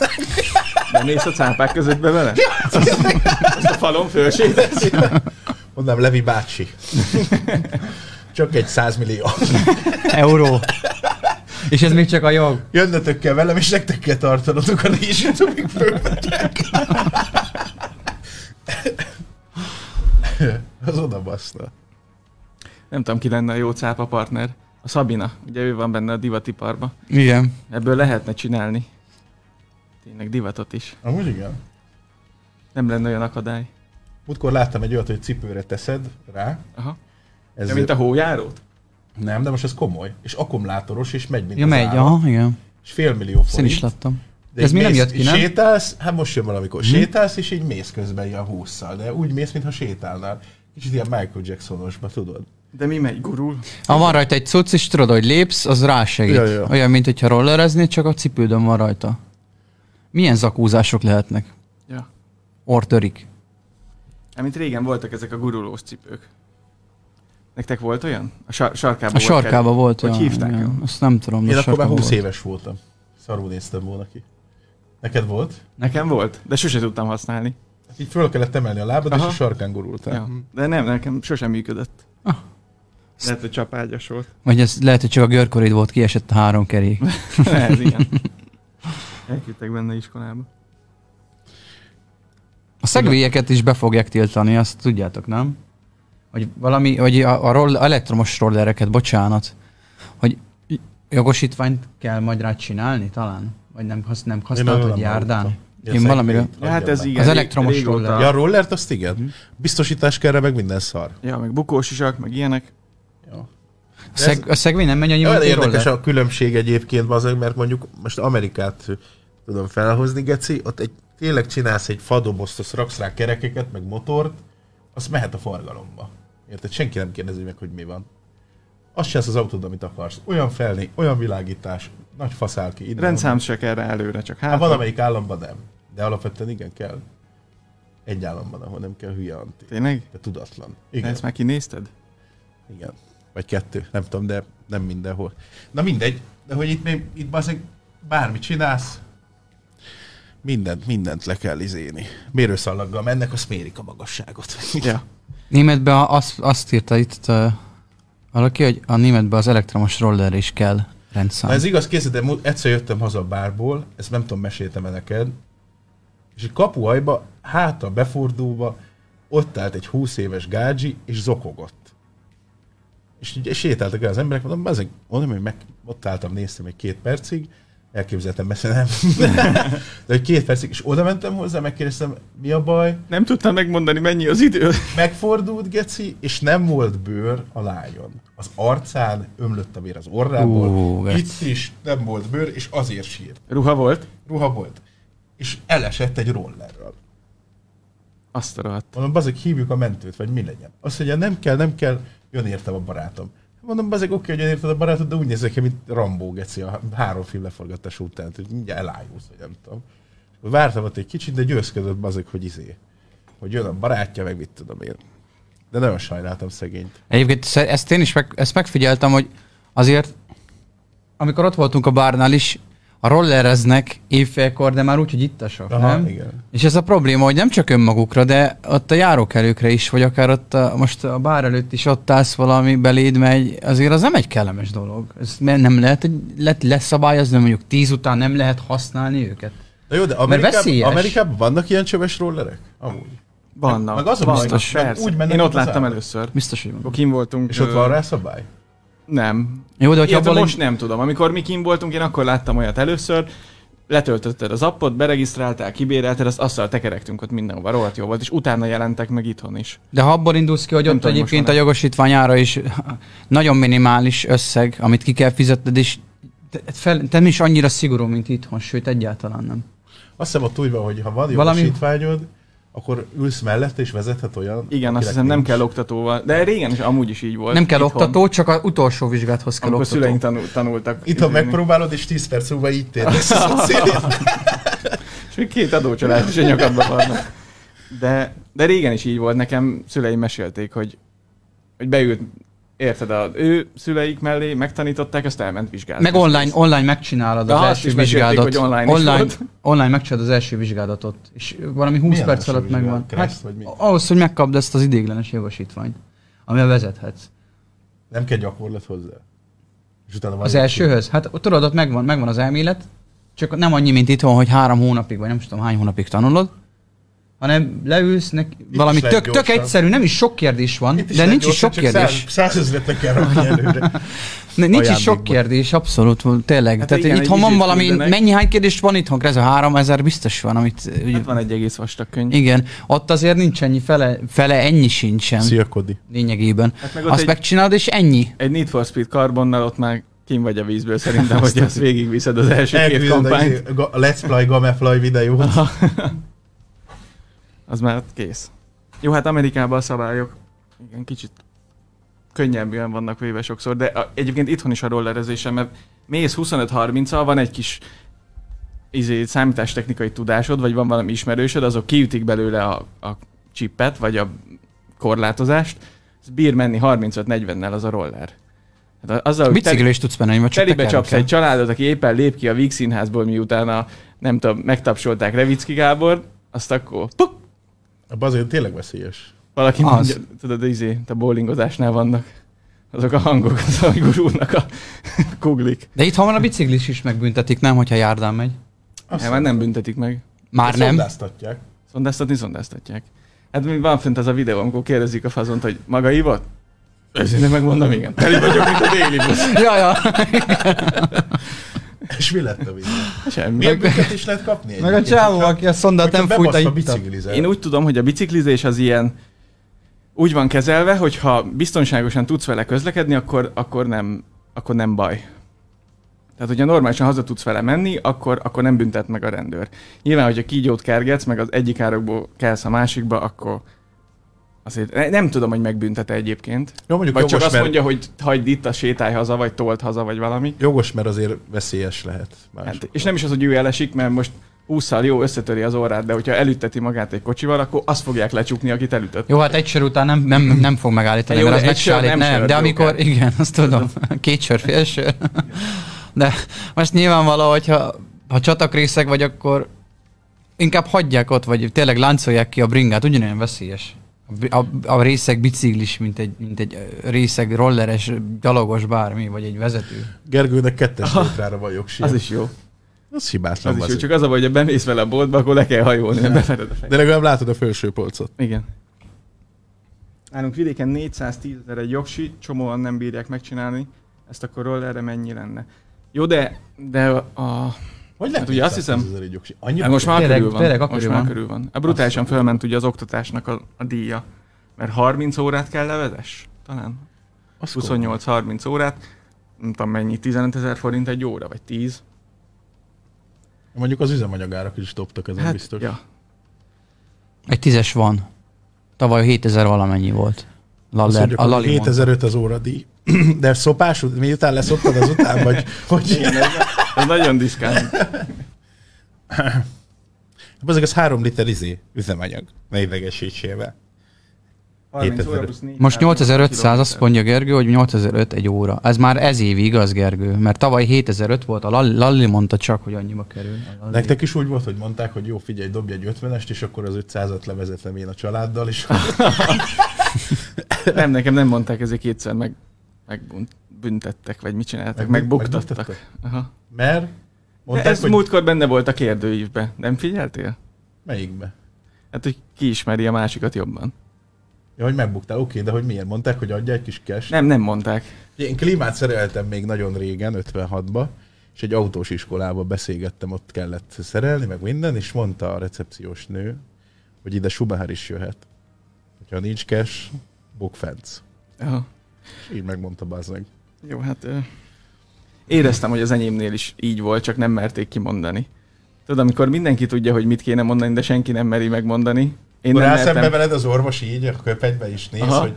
S3: Nem mész a cápák között be vele? Azt a falon fölsétálsz?
S1: Mondanám, Levi
S3: <laughs>
S1: bácsi. Csak egy 100 millió. <laughs>
S2: Euró. És ez még csak a jog.
S1: Jönnötök kell velem, és nektek kell tartanotok a rézsét, amíg fölmegyek. Az oda baszna.
S3: Nem tudom, ki lenne a jó cápa partner. A Szabina, ugye ő van benne a divatiparba.
S2: Igen.
S3: Ebből lehetne csinálni. Tényleg divatot is.
S1: Amúgy igen.
S3: Nem lenne olyan akadály.
S1: Múltkor láttam egy olyat, hogy cipőre teszed rá.
S3: Aha.
S1: Ez
S3: Ez mint a hójárót?
S1: Nem, de most ez komoly. És akkumulátoros, és megy, mint
S2: Ja,
S1: az
S2: megy,
S1: állat.
S2: aha, igen.
S1: És fél millió
S2: Szín is
S1: forint.
S2: láttam.
S1: De
S2: Ez
S1: így
S2: mi nem
S1: mész-
S2: jött ki,
S1: így
S2: nem? Mhm.
S1: Sétálsz, hát most jön valamikor. Sétálsz, és így mész közben ilyen húszszal, de úgy mész, mintha sétálnál. Kicsit ilyen Michael Jacksonosba, tudod.
S3: De mi megy? Gurul?
S2: Ha van rajta egy cucc, és tudod, hogy lépsz, az rásegít.
S1: Ja, ja.
S2: Olyan, mint hogyha rollerezni, csak a cipődön van rajta. Milyen zakúzások lehetnek?
S3: Ja.
S2: Ortörik.
S3: Hát, mint régen voltak ezek a gurulós cipők. Nektek volt olyan? A sar- sarkában
S2: A sarkába volt.
S3: Hogy
S2: ja,
S3: hívták?
S2: igen. Azt hát nem tudom. de
S1: Én akkor már 20
S2: sarkába volt.
S1: éves voltam. Szarul néztem volna ki. Neked volt?
S3: Nekem volt, de sose tudtam használni.
S1: Hát így föl kellett emelni a lábad, és
S3: Aha.
S1: a sarkán gurultál.
S3: Ja. De nem, nekem sosem működött.
S2: Ah.
S3: Lehet, hogy csapágyas
S2: <laughs>
S3: volt.
S2: Vagy ez lehet, hogy csak a görkorid volt, kiesett a három kerék.
S3: Ez igen. Elküldtek benne iskolába.
S2: A szegvélyeket is be fogják tiltani, azt tudjátok, nem? Hogy valami, vagy a, a roll, elektromos rollereket, bocsánat, hogy jogosítványt kell majd rá csinálni talán? Vagy nem, hasz, nem
S1: arra
S2: használtad
S1: nem
S2: járdán?
S1: hallottam. Ilyen
S2: Én valamire...
S1: szegvélyt.
S3: Ja, hát ez
S1: Adjad
S3: igen.
S2: Az
S3: ré-
S2: elektromos
S3: régóta-
S2: roller.
S1: Ja, a rollert azt igen. Biztosítás kell erre, meg minden szar.
S3: Ja, meg bukós isak, meg ilyenek.
S1: Ja.
S2: A, szeg, a szegvély nem megy annyira,
S1: Olyan
S2: mint egy
S1: érdekes
S2: roller.
S1: a különbség egyébként azért, mert mondjuk most Amerikát tudom felhozni, Geci, ott egy, tényleg csinálsz egy fadobozt, azt raksz rá kerekeket, meg motort, az mehet a forgalomba. Érted? Senki nem kérdezi meg, hogy mi van. Azt csinálsz az autód, amit akarsz. Olyan felni, olyan világítás, nagy faszál ki. Innen,
S3: Rendszám se kell rá előre, csak
S1: Hát
S3: hát.
S1: valamelyik államban nem, de alapvetően igen kell. Egy államban, ahol nem kell hülye anti,
S3: Tényleg?
S1: de tudatlan.
S3: Igen.
S1: Igen,
S3: Ezt már kinézted?
S1: igen. Vagy kettő, nem tudom, de nem mindenhol. Na mindegy, de hogy itt még, itt baszik, bármit csinálsz, mindent, mindent le kell izéni. Mérőszalaggal mennek, azt mérik a magasságot.
S3: Ja.
S2: Németben a- azt, azt írta itt ö, valaki, hogy a németben az elektromos roller is kell
S1: Na
S2: rendszám.
S1: ez igaz, készítem, mú- egyszer jöttem haza a bárból, ezt nem tudom, meséltem -e neked, és egy kapuhajba, hátra befordulva, ott állt egy 20 éves gádzsi, és zokogott. És így sétáltak el az emberek, mondom, ezek, mondom, hogy meg, ott álltam, néztem egy két percig, elképzeltem, messze nem. <laughs> De hogy két percig, és oda mentem hozzá, megkérdeztem, mi a baj,
S3: Nem tudtam megmondani, mennyi az idő.
S1: megfordult Geci, és nem volt bőr a lányon. Az arcán ömlött a vér az orrából,
S2: Ú, Geci.
S1: itt is nem volt bőr, és azért sírt.
S3: Ruha volt?
S1: Ruha volt. És elesett egy rollerről.
S3: Azt a rohadt.
S1: Mondom, bazeg, hívjuk a mentőt, vagy mi legyen. Azt mondja, nem kell, nem kell, jön értem a barátom. Mondom, bazeg, oké, hogy jön érted a barátod, de úgy nézek ki, mint Rambó Geci a három film leforgatás után, hogy mindjárt elájulsz, vagy nem tudom. Vártam ott egy kicsit, de győzködött bazeg, hogy izé. Hogy jön a barátja, meg mit tudom én. De nagyon sajnáltam szegényt.
S2: Egyébként sze- ezt én is meg, ezt megfigyeltem, hogy azért, amikor ott voltunk a bárnál is, a rollereznek évfélkor, de már úgy, hogy ittasok,
S1: Aha,
S2: nem?
S1: igen.
S2: És ez a probléma, hogy nem csak önmagukra, de ott a járókelőkre is, vagy akár ott a, most a bár előtt is ott állsz valami, beléd megy, azért az nem egy kellemes dolog. Ez me- nem lehet, hogy lehet leszabályozni, mondjuk tíz után nem lehet használni őket.
S1: Na jó, de Amerikában,
S2: veszélyes.
S1: Amerikában vannak ilyen csöves rollerek? Amúgy.
S3: Vannak.
S1: Meg az a
S3: vannak,
S1: biztos, meg
S3: persze.
S1: úgy mennek
S3: Én ott
S1: az
S3: láttam
S1: állatok.
S3: először.
S2: Biztos, hogy van.
S3: Akkor kim voltunk.
S1: És ott
S3: ö,
S1: van rá szabály?
S3: Nem.
S2: Jó, de hogyha
S3: Illetve
S2: abból
S3: most nem tudom. Amikor mi kim voltunk, én akkor láttam olyat először, letöltötted az appot, beregisztráltál, kibérelted, azt azzal tekerektünk ott mindenhova, rohadt jó volt, és utána jelentek meg itthon is.
S2: De ha abból indulsz ki, hogy
S3: Nem
S2: ott
S3: tudom, most
S2: egyébként a
S3: van-e.
S2: jogosítványára is <laughs> nagyon minimális összeg, amit ki kell fizetned, és te, fel, te nem is annyira szigorú, mint itthon, sőt egyáltalán nem.
S1: Azt hiszem ott úgy van, hogy ha van
S2: Valami-
S1: jogosítványod, akkor ülsz mellette és vezethet olyan.
S3: Igen, azt
S1: akinek
S3: hiszem nem
S1: nincs.
S3: kell oktatóval, de régen is amúgy is így volt.
S2: nem kell
S3: itthon,
S2: oktató, csak az utolsó vizsgáthoz kell
S3: Amikor
S2: oktató.
S3: szüleink tanul, tanultak.
S1: Itt, ha
S3: izélni.
S1: megpróbálod, és 10 perc múlva így
S3: <laughs>
S1: térsz.
S3: És még két adócsalád is a nyakadba vannak. De, de régen is így volt, nekem szüleim mesélték, hogy, hogy beült, érted, az ő szüleik mellé megtanították, azt elment vizsgálni.
S2: Meg online, online megcsinálod
S3: De
S2: az
S3: azt
S2: első
S3: is mesélték,
S2: vizsgádat.
S3: hogy online is
S2: online,
S3: volt.
S2: online megcsinálod az első vizsgádatot, és valami 20
S1: Milyen
S2: perc
S1: első
S2: alatt
S1: vizsgálat?
S2: megvan. Hát,
S1: Kereszt vagy mi?
S2: ahhoz, hogy megkapd ezt az idéglenes jogosítványt, amivel vezethetsz.
S1: nem kell gyakorlat hozzá. És utána van
S2: Az
S1: egy-
S2: elsőhöz? Hát tudod, ott megvan, megvan az elmélet, csak nem annyi, mint itthon, hogy három hónapig, vagy nem is tudom hány hónapig tanulod, hanem leülsz, nek, valami
S1: lehet
S2: tök, tök
S1: gyorsan.
S2: egyszerű, nem is sok kérdés van,
S1: Itt
S2: de
S1: nem
S2: nincs is
S1: gyorsan,
S2: sok
S1: csak
S2: kérdés.
S1: száz- Százezretnek kell
S2: <laughs>
S1: rakni előre.
S2: Ne, nincs is sok
S1: ajándékba.
S2: kérdés, abszolút, tényleg.
S3: Hát
S2: Hát Tehát
S3: igen,
S2: igen,
S3: egy
S2: itthon van
S3: izét
S2: valami,
S3: küldenek.
S2: mennyi hány kérdés van itthon? Ez a 3000 biztos van, amit...
S3: Hát van egy egész vastag könyv.
S2: Igen, ott azért nincs ennyi fele, fele ennyi sincsen Szia.
S1: Szia, Kodi.
S2: lényegében.
S3: Hát meg ott
S2: Azt
S3: egy-
S2: megcsinálod, és ennyi.
S3: Egy Need for Speed Carbonnal ott már kim vagy a vízből szerintem, hogy azt végigviszed az első két
S1: Elküldöd a
S3: kampányt.
S1: izé- ga- Let's Play Gamefly videót.
S3: Az már ott kész. Jó, hát Amerikában a szabályok igen, kicsit könnyebbben vannak véve sokszor, de a, egyébként itthon is a rollerezésem, mert mész 25-30-al, van egy kis izé, számítástechnikai tudásod, vagy van valami ismerősöd, azok kiütik belőle a, a chipet, vagy a korlátozást, ez bír menni 35-40-nel az a roller. Hát a- azzal, hogy teli-
S2: Biciklő is tudsz menni, vagy csak
S3: Telibe
S2: tekerve
S3: csapsz
S2: kell.
S3: egy családot, aki éppen lép ki a Víg színházból, miután a, nem tudom, megtapsolták Revicki Gábor, azt akkor puk,
S1: Abban azért tényleg veszélyes.
S3: valaki
S2: Az.
S3: az. mondja, tudod, izé, te bowlingozásnál vannak azok a hangok, az, ahogy gurulnak a kuglik.
S2: De itthon van a biciklis is megbüntetik, nem, hogyha járdán megy.
S1: Azt
S3: Nem, már nem büntetik meg.
S2: Már nem.
S1: Szondáztatják.
S3: Szondáztatni, szondáztatják. Hát még van fent az a videó, amikor kérdezik a fazont, hogy maga ivott? Őszintén megmondom, igen. Teli vagyok, mint a déli busz.
S2: <laughs> Ja, ja.
S1: És mi lett a videó?
S3: Semmi.
S1: Milyen büntetés lehet kapni?
S2: Meg a
S1: egyébként,
S2: csávó,
S1: hogyha-
S2: aki a szondát
S1: hogyha
S2: nem fújta,
S1: bebaszva
S2: ittat.
S1: biciklizel.
S3: Én úgy tudom, hogy a biciklizés az ilyen úgy van kezelve, hogy ha biztonságosan tudsz vele közlekedni, akkor, akkor, nem, akkor nem baj. Tehát, hogyha normálisan haza tudsz vele menni, akkor, akkor nem büntet meg a rendőr. Nyilván, hogyha kígyót kergetsz, meg az egyik árokból kelsz a másikba, akkor azért ne- nem tudom, hogy megbüntete egyébként.
S1: Jó, mondjuk
S3: Vagy csak
S1: jogos,
S3: azt
S1: mert,
S3: mondja, hogy hagyd itt a sétálj haza, vagy told haza, vagy valami.
S1: jogos, mert azért veszélyes lehet.
S3: Hát,
S1: másokkal.
S3: és nem is az, hogy ő elesik, mert most 20 jó összetöri az orrát, de hogyha elütteti magát egy kocsival, akkor azt fogják lecsukni, akit elütött.
S2: Jó, hát egy sör után nem, nem, nem fog megállítani,
S3: Jó,
S2: mert
S3: de
S2: az
S3: egy sör,
S2: megsállít,
S3: nem
S2: nem,
S3: sör,
S2: de
S3: jó,
S2: amikor,
S3: kell.
S2: igen, azt tudom, <laughs> két sör, fél sör. <laughs> De most nyilvánvaló, hogyha ha csatakrészek vagy, akkor inkább hagyják ott, vagy tényleg láncolják ki a bringát, ugyanolyan veszélyes. A, bi- a, a részek biciklis, mint egy, mint egy ö, részeg rolleres, gyalogos bármi, vagy egy vezető.
S1: Gergőnek kettes létrára van jogsia.
S3: Az is jó.
S1: az
S3: Az
S1: hibátlan.
S3: is jó,
S1: azért.
S3: csak az a baj, hogy bemész vele a boltba, akkor le kell hajolni, nem befered a fejed.
S1: De legalább látod a felső polcot.
S3: Igen. Nálunk vidéken 410 ezer egy jogsi, csomóan nem bírják megcsinálni, ezt akkor rollerre mennyi lenne. Jó, de, de a...
S1: Hogy
S3: Hát ugye azt hiszem-
S1: Annyi
S3: Hát most már
S2: Tényleg-
S3: körül van.
S2: tényleg
S3: most
S2: akkor
S3: már
S2: van.
S3: körül van. A brutálisan fölment ugye az oktatásnak a, a díja. Mert 30 órát kell levedes? Talán.
S1: Az
S3: 28-30 órát. Nem tudom mennyi, 15 ezer forint egy óra, vagy 10.
S1: Mondjuk az üzemanyagárak is dobtak, ezen biztos.
S3: Hát, Ja.
S2: Egy tízes van. Tavaly 7000 valamennyi volt.
S1: Azt
S2: Laller,
S1: mondjuk,
S2: a
S1: hogy
S2: Lali mondta.
S1: 2005 az óradíj. <clears throat> De szopás, ut- miután leszoptad az
S3: <laughs>
S1: után, vagy hogy...
S3: Igen, ez, ez nagyon diszkán.
S1: Azok Hát az három liter izé, üzemanyag. Ne idegesítsél be.
S3: 30
S1: 7000.
S3: óra plusz 4
S2: Most 8500, azt mondja Gergő, hogy 8500 egy óra. Ez már ez év igaz, Gergő? Mert tavaly 7500 volt, a Lall- Lalli mondta csak, hogy annyiba kerül. A Lalli.
S1: Nektek is úgy volt, hogy mondták, hogy jó, figyelj, dobj egy 50-est, és akkor az 500-at levezetem én a családdal, és
S3: Nem, nekem nem mondták, ezért kétszer meg, megbüntettek, vagy mit csináltak,
S1: Meg-
S3: megbuktattak.
S1: megbuktattak?
S3: Aha.
S1: Mert
S3: De
S1: mondták,
S3: ez
S1: hogy
S3: múltkor benne volt a kérdőívbe, nem figyeltél?
S1: melyikbe?
S3: Hát, hogy ki ismeri a másikat jobban.
S1: Ja, hogy megbuktál, oké, de hogy miért mondták, hogy adja egy kis kes.
S3: Nem, nem mondták.
S1: Én klímát szereltem még nagyon régen, 56-ba, és egy autós iskolába beszélgettem, ott kellett szerelni, meg minden, és mondta a recepciós nő, hogy ide Schumacher is jöhet. Hogyha nincs kes, bukfenc.
S3: Aha.
S1: És így megmondta bazdmeg.
S3: Jó, hát ö, éreztem, hogy az enyémnél is így volt, csak nem merték kimondani. Tudod, amikor mindenki tudja, hogy mit kéne mondani, de senki nem meri megmondani. Én
S1: Akkor
S3: nem
S1: áll szembe
S3: mertem.
S1: veled az orvos így, a köpenybe is néz,
S3: Aha.
S1: hogy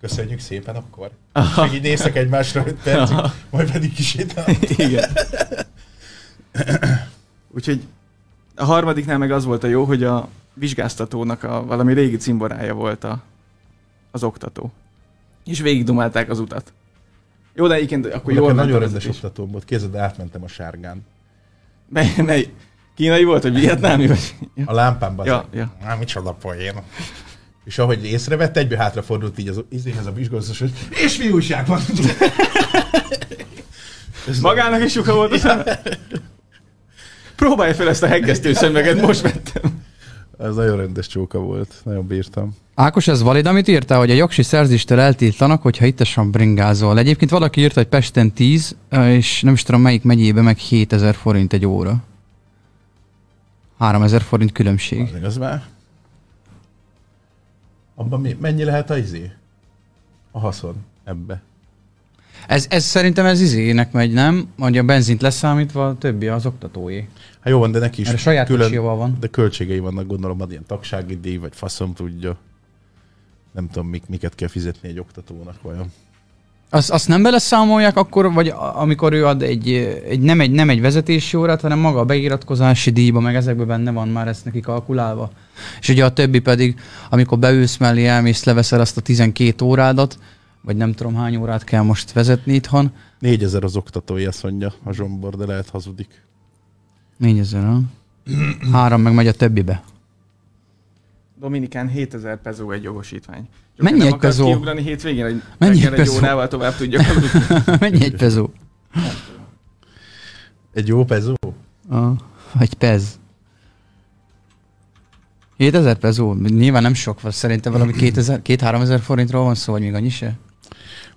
S1: köszönjük szépen akkor. Aha. És így néztek egymásra 5 percig, majd pedig kisétál.
S3: Igen. Úgyhogy a harmadiknál meg az volt a jó, hogy a vizsgáztatónak a valami régi cimborája volt a, az oktató. És végigdumálták az utat. Jó, de egyébként akkor jól ment
S1: nagyon
S3: a
S1: rendes
S3: vezetés.
S1: oktatóm volt, kézed átmentem a sárgán.
S3: Mely, mely, kínai volt, vagy vietnámi, vagy... Ja.
S1: A lámpámban.
S3: Ja, ja.
S1: Na, micsoda poén. És ahogy észrevett, egybe hátrafordult így az izéhez a vizsgazdos, hogy és mi újság van? Ez
S3: Magának is lyuka volt a szeme. Próbálj fel ezt a hegesztő szemeget, most vettem.
S1: Ez nagyon rendes csóka volt, nagyon bírtam.
S2: Ákos, ez valid, amit írtál, hogy a jogsi szerzéstől eltiltanak, hogyha ittasan bringázol. Egyébként valaki írta, hogy Pesten 10, és nem is tudom melyik megyébe, meg 7000 forint egy óra. 3000 forint különbség.
S1: Az már. Abban mi, mennyi lehet a izé? A haszon ebbe.
S2: Ez, ez szerintem ez izének megy, nem? Hogy a benzint leszámítva, a többi az oktatói.
S1: Hát jó van, de neki is
S2: Mert a saját kocsival van.
S1: de költségei vannak, gondolom, ad ilyen tagsági díj, vagy faszom tudja. Nem tudom, mik, miket kell fizetni egy oktatónak vajon.
S2: Azt, azt nem beleszámolják akkor, vagy a- amikor ő ad egy, egy, nem, egy, nem egy vezetési órát, hanem maga a beiratkozási díjba, meg ezekben benne van már ezt neki kalkulálva. És ugye a többi pedig, amikor beülsz mellé, elmész, leveszel azt a 12 órádat, vagy nem tudom hány órát kell most vezetni itthon.
S1: 4000 az oktatói, azt mondja a zsombor, de lehet hazudik.
S2: 4000, ha? Három meg megy a többibe. <laughs>
S3: Dominikán 7000 pezó egy jogosítvány. Csak
S2: Mennyi
S3: nem
S2: egy
S3: akarsz
S2: pezó?
S3: Kiugrani hétvégén, hogy
S2: Mennyi
S3: Mennyi
S2: egy
S3: egy
S2: pezó?
S3: órával tovább tudjak <laughs> aludni.
S2: Mennyi egy pezó?
S1: Egy jó pezó?
S2: A, vagy pez. 7000 pezó? Nyilván nem sok, vagy szerintem valami 2000, 2-3000 forintról van szó, vagy még annyi se?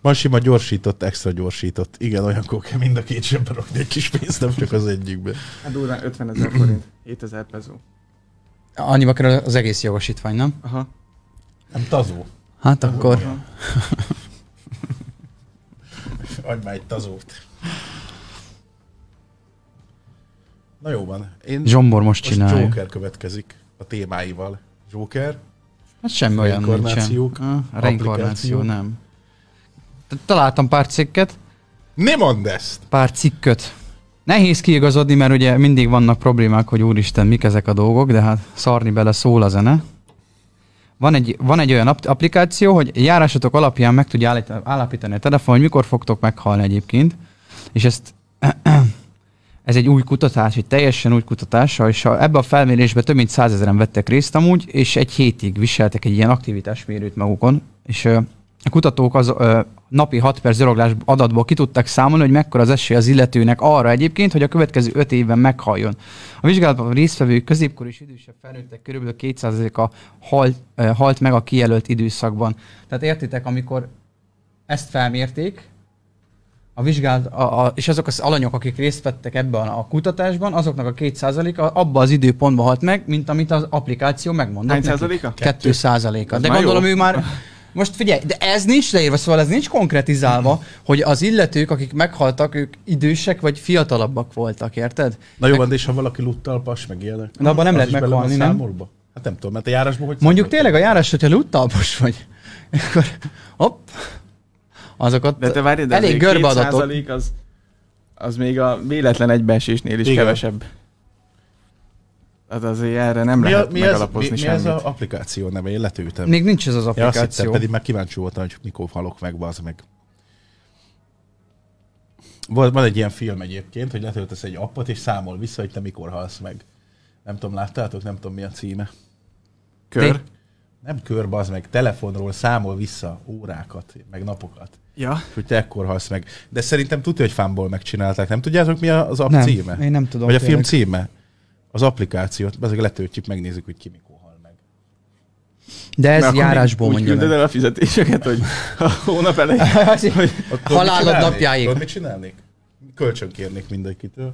S1: Van sima gyorsított, extra gyorsított. Igen, olyankor kell mind a két zsebbe rakni egy kis pénzt, nem csak az egyikbe.
S3: Hát durván 50 ezer forint, 7000 pezó.
S2: Annyiba kerül az egész jogosítvány, nem?
S3: Aha.
S1: Nem tazó.
S2: Hát akkor...
S3: Aha.
S1: Adj már egy tazót. Na jó van. Én
S2: Zsombor most
S1: most
S2: csinálja.
S1: Joker következik a témáival. Joker.
S2: Hát semmi olyan nincsen.
S1: Reinkarnációk,
S2: Ah,
S1: applikációk.
S2: Reinkarnáció, nem. T- Találtam pár cikket,
S1: Ne mondd ezt!
S2: pár cikköt. Nehéz kiigazodni, mert ugye mindig vannak problémák, hogy úristen, mik ezek a dolgok, de hát szarni bele szól a zene. Van egy, van egy olyan app- applikáció, hogy járásatok alapján meg tudja állít- állapítani a telefon, hogy mikor fogtok meghalni egyébként. És ezt ez egy új kutatás, egy teljesen új kutatása, és a, ebbe a felmérésbe több mint százezeren vettek részt amúgy, és egy hétig viseltek egy ilyen aktivitásmérőt magukon, és ö, a kutatók az ö, napi 6 perc zöröglás adatból ki tudták számolni, hogy mekkora az esély az illetőnek arra egyébként, hogy a következő 5 évben meghaljon. A vizsgálatban résztvevők középkor és idősebb felnőttek körülbelül 200%-a halt, ö, halt meg a kijelölt időszakban. Tehát értitek, amikor ezt felmérték, a vizsgált, a, a, és azok az alanyok, akik részt vettek ebben a kutatásban, azoknak a 2%-a abban az időpontban halt meg, mint amit az applikáció megmondott.
S3: Hány
S2: nekik.
S3: százaléka?
S2: 2 százaléka.
S3: Ez
S2: De
S3: már
S2: gondolom
S3: jó.
S2: ő már... Most figyelj, de ez nincs leírva, szóval ez nincs konkretizálva, hogy az illetők, akik meghaltak, ők idősek vagy fiatalabbak voltak, érted?
S1: Na jó van, de és ha valaki luttal pas, meg ilyenek.
S2: Na, abban
S1: Az
S2: nem lehet
S1: is bele van
S2: meghalni,
S1: a
S2: nem?
S1: számolba? Hát nem tudom, mert a járásban hogy
S2: Mondjuk
S1: számoltak?
S2: tényleg a járás, hogyha luttalpos vagy, <laughs> akkor hopp, azokat
S3: De te várj, de
S2: elég
S3: azért
S2: görbe adatok.
S3: 2% az, az még a véletlen egybeesésnél is
S1: Igen.
S3: kevesebb. Tehát azért erre nem mi
S1: Mi, a,
S3: lehet
S1: mi, ez, mi,
S3: megalapozni
S1: mi
S3: semmit.
S1: ez az applikáció neve? Én letűntem.
S2: Még nincs ez az
S1: Ja, azt hittem,
S2: applikáció.
S1: pedig már kíváncsi voltam, hogy mikor halok meg, bazd meg. Volt, van egy ilyen film egyébként, hogy letöltesz egy appot, és számol vissza, hogy te mikor halsz meg. Nem tudom, láttátok? Nem tudom, mi a címe.
S3: Kör?
S1: Nem kör, bazd meg, telefonról számol vissza órákat, meg napokat.
S3: Ja.
S1: És hogy te ekkor halsz meg. De szerintem tudja, hogy fámból megcsinálták. Nem tudjátok, mi a- az app
S2: Nem,
S1: címe?
S2: én nem tudom
S1: Vagy a
S2: tényleg.
S1: film címe? Az applikációt, ezek letöltjük, megnézzük, hogy ki mikor hal meg.
S2: De
S3: Mert
S2: ez
S3: akkor még
S2: járásból
S3: úgy
S2: mondja
S3: küldöd
S2: meg.
S3: el a fizetéseket, hogy a hónap elején.
S2: Hogy
S1: Ott tudod, mit
S2: Halálod
S1: csinálnék?
S2: napjáig.
S1: Tudod, mit csinálnék? Kölcsön kérnék mindenkitől.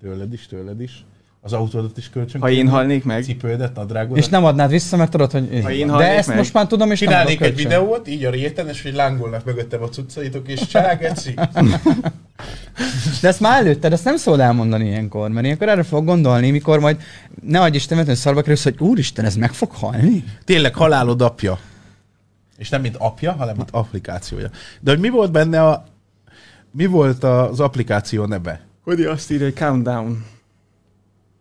S1: Tőled is, tőled is. Az autódat is kölcsön
S3: Ha én
S1: kérnék.
S3: halnék meg,
S1: Cipődet, nadrágodat.
S2: És nem adnád vissza, mert tudod, hogy...
S3: Ha én
S2: De
S3: hallnék
S2: ezt
S3: meg.
S2: most már tudom, és nem
S1: Csinálnék
S2: adok
S1: egy
S2: kölcsön.
S1: videót, így a réten, és hogy lángolnak mögöttem a cuccaitok, és csák, eci.
S2: De ezt már előtted, ezt nem szól elmondani ilyenkor, mert ilyenkor erre fog gondolni, mikor majd ne adj Isten, mert szarba kerülsz, hogy úristen, ez meg fog halni?
S1: Tényleg halálod apja. És nem mint apja, hanem mint applikációja. De hogy mi volt benne a... Mi volt az applikáció neve?
S3: hogy azt írja, hogy countdown.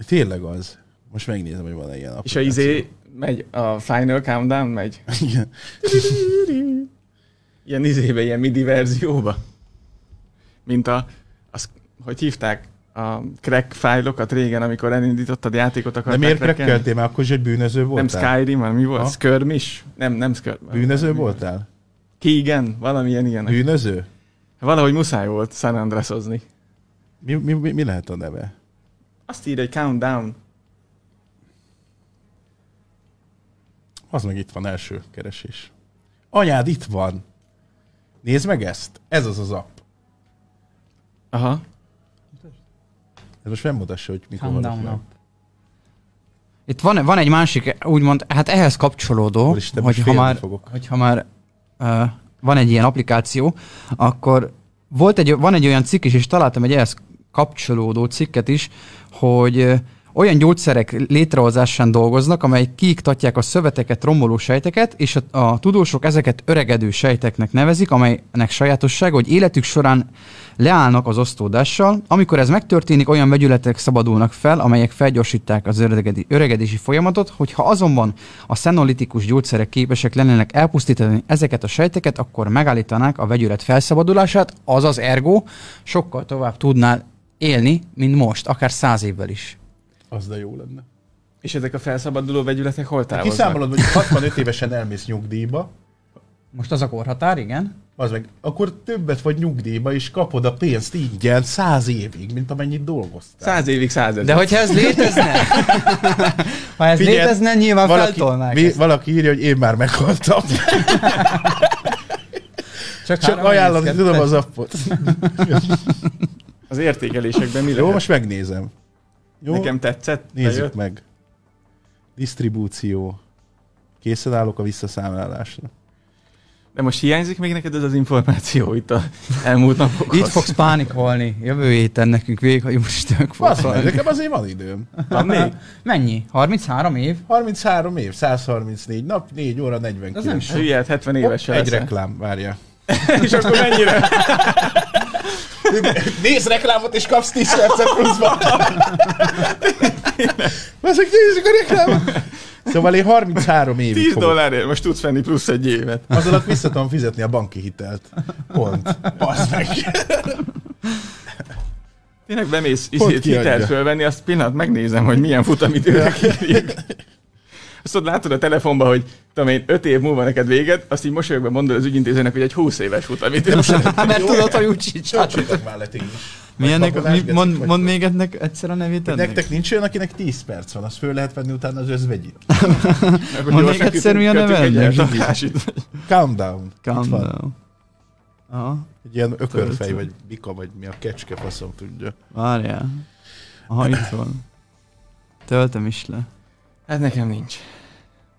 S1: Tényleg az. Most megnézem, hogy van-e ilyen
S3: És a
S1: applikáció.
S3: izé megy, a final countdown megy.
S1: Igen.
S3: Ilyen izébe, ilyen midi verzióba. Mint a, az, hogy hívták, a crack fájlokat régen, amikor elindítottad játékot, akarták
S1: De miért
S3: crackelni.
S1: krekkeltél már akkor, is egy bűnöző
S3: Hát Nem
S1: voltál?
S3: Skyrim, hanem mi volt?
S1: Ha?
S3: Skirm is? Nem, nem Skirm.
S1: Bűnöző voltál?
S3: Keegan, valamilyen ilyen.
S1: Bűnöző?
S3: Valahogy muszáj volt San Andresozni.
S1: Mi, mi, mi, mi lehet a neve?
S3: Azt ír egy countdown.
S1: Az meg itt van első keresés. Anyád itt van. Nézd meg ezt. Ez az az app.
S3: Aha.
S1: Ez most megmutassa, hogy mikor halok
S2: Countdown
S1: meg.
S2: nap. Itt van, van egy másik, úgymond, hát ehhez kapcsolódó,
S1: Úristen, most
S2: hogy ha,
S1: félni
S2: már,
S1: fogok.
S2: hogy ha már uh, van egy ilyen applikáció, akkor volt egy, van egy olyan cikk is, és találtam egy ehhez kapcsolódó cikket is, hogy ö, olyan gyógyszerek létrehozásán dolgoznak, amelyek kiiktatják a szöveteket, romboló sejteket, és a, a tudósok ezeket öregedő sejteknek nevezik, amelynek sajátossága, hogy életük során leállnak az osztódással. Amikor ez megtörténik, olyan vegyületek szabadulnak fel, amelyek felgyorsítják az öregedi, öregedési folyamatot, hogyha azonban a szenolitikus gyógyszerek képesek lennének elpusztítani ezeket a sejteket, akkor megállítanák a vegyület felszabadulását, azaz ergo sokkal tovább tudnál élni, mint most, akár száz évvel is.
S1: Az de jó lenne.
S3: És ezek a felszabaduló vegyületek hol távoznak?
S1: Hát Kiszámolod, hogy 65 évesen elmész nyugdíjba,
S2: Most az a korhatár, igen?
S1: az meg, akkor többet vagy nyugdíjba, és kapod a pénzt ingyen 100 évig, mint amennyit dolgoztál.
S3: Száz évig százezer.
S2: De hogyha ez létezne,
S1: <laughs>
S2: ha ez
S1: Figyeld,
S2: létezne, nyilván feltolnák.
S1: mi,
S2: ezt.
S1: valaki írja, hogy én már meghaltam. Csak
S2: három
S1: ajánlani
S2: egész kettő.
S1: tudom az appot.
S3: Az értékelésekben mi
S1: Jó,
S3: lehet?
S1: most megnézem. Jó,
S3: Nekem tetszett.
S1: nézzük
S3: bejött.
S1: meg. Distribúció. Készen állok a visszaszámlálásra.
S3: De most hiányzik még neked ez az információ itt a elmúlt napokhoz?
S2: Így fogsz pánikolni. Jövő héten nekünk végig, hogy most meg fog
S1: Fasz, meg,
S2: halni.
S1: nekem azért van időm.
S3: Adnék?
S2: Mennyi? 33 év?
S1: 33 év, 134 nap, 4 óra 49.
S2: Az nem sok.
S3: Hülyed, 70 évesen
S1: Egy
S3: leszel.
S1: reklám, várja.
S3: <laughs> És akkor mennyire?
S1: Nézd reklámot, és kapsz 10 percet pluszban. Ezek nézzük a reklámot. Szóval én 33 évig
S3: 10
S1: fogok.
S3: dollárért most tudsz venni plusz egy évet.
S1: Az alatt vissza tudom fizetni a banki hitelt. Pont. Bazd meg.
S2: Hát,
S3: Tényleg bemész
S1: Pont
S3: izét
S1: kiadja.
S3: hitelt fölvenni, azt pillanat megnézem, hogy milyen futamidőre kérjük. Azt ott látod a telefonban, hogy tudom én, 5 év múlva neked véget, azt így mosolyogva mondod az ügyintézőnek, hogy egy 20 éves futamidő.
S2: Hát, Mert tudod, hogy úgy sincs.
S1: Csöcsültek már le ti is.
S2: Milyennek,
S1: Babonás,
S2: mi,
S1: geci,
S2: mond,
S1: vagy-
S2: mond még ennek egyszer a nevét ennek?
S1: Nektek nincs olyan, akinek 10 perc van, azt föl lehet venni utána az özvegyit.
S3: Akkor
S2: Mondd
S3: gyorsan
S2: még egyszer,
S3: kötünk-
S2: mi a
S3: kötünk
S2: neve
S3: egy
S2: ennek?
S3: eltartásit.
S1: Calm down. Itt van.
S2: Countdown. Aha,
S1: Egy ilyen ökörfej, vagy bika, vagy mi a kecske, faszom tudja.
S2: várjál. Aha, itt van. Töltöm is le.
S3: Hát nekem nincs.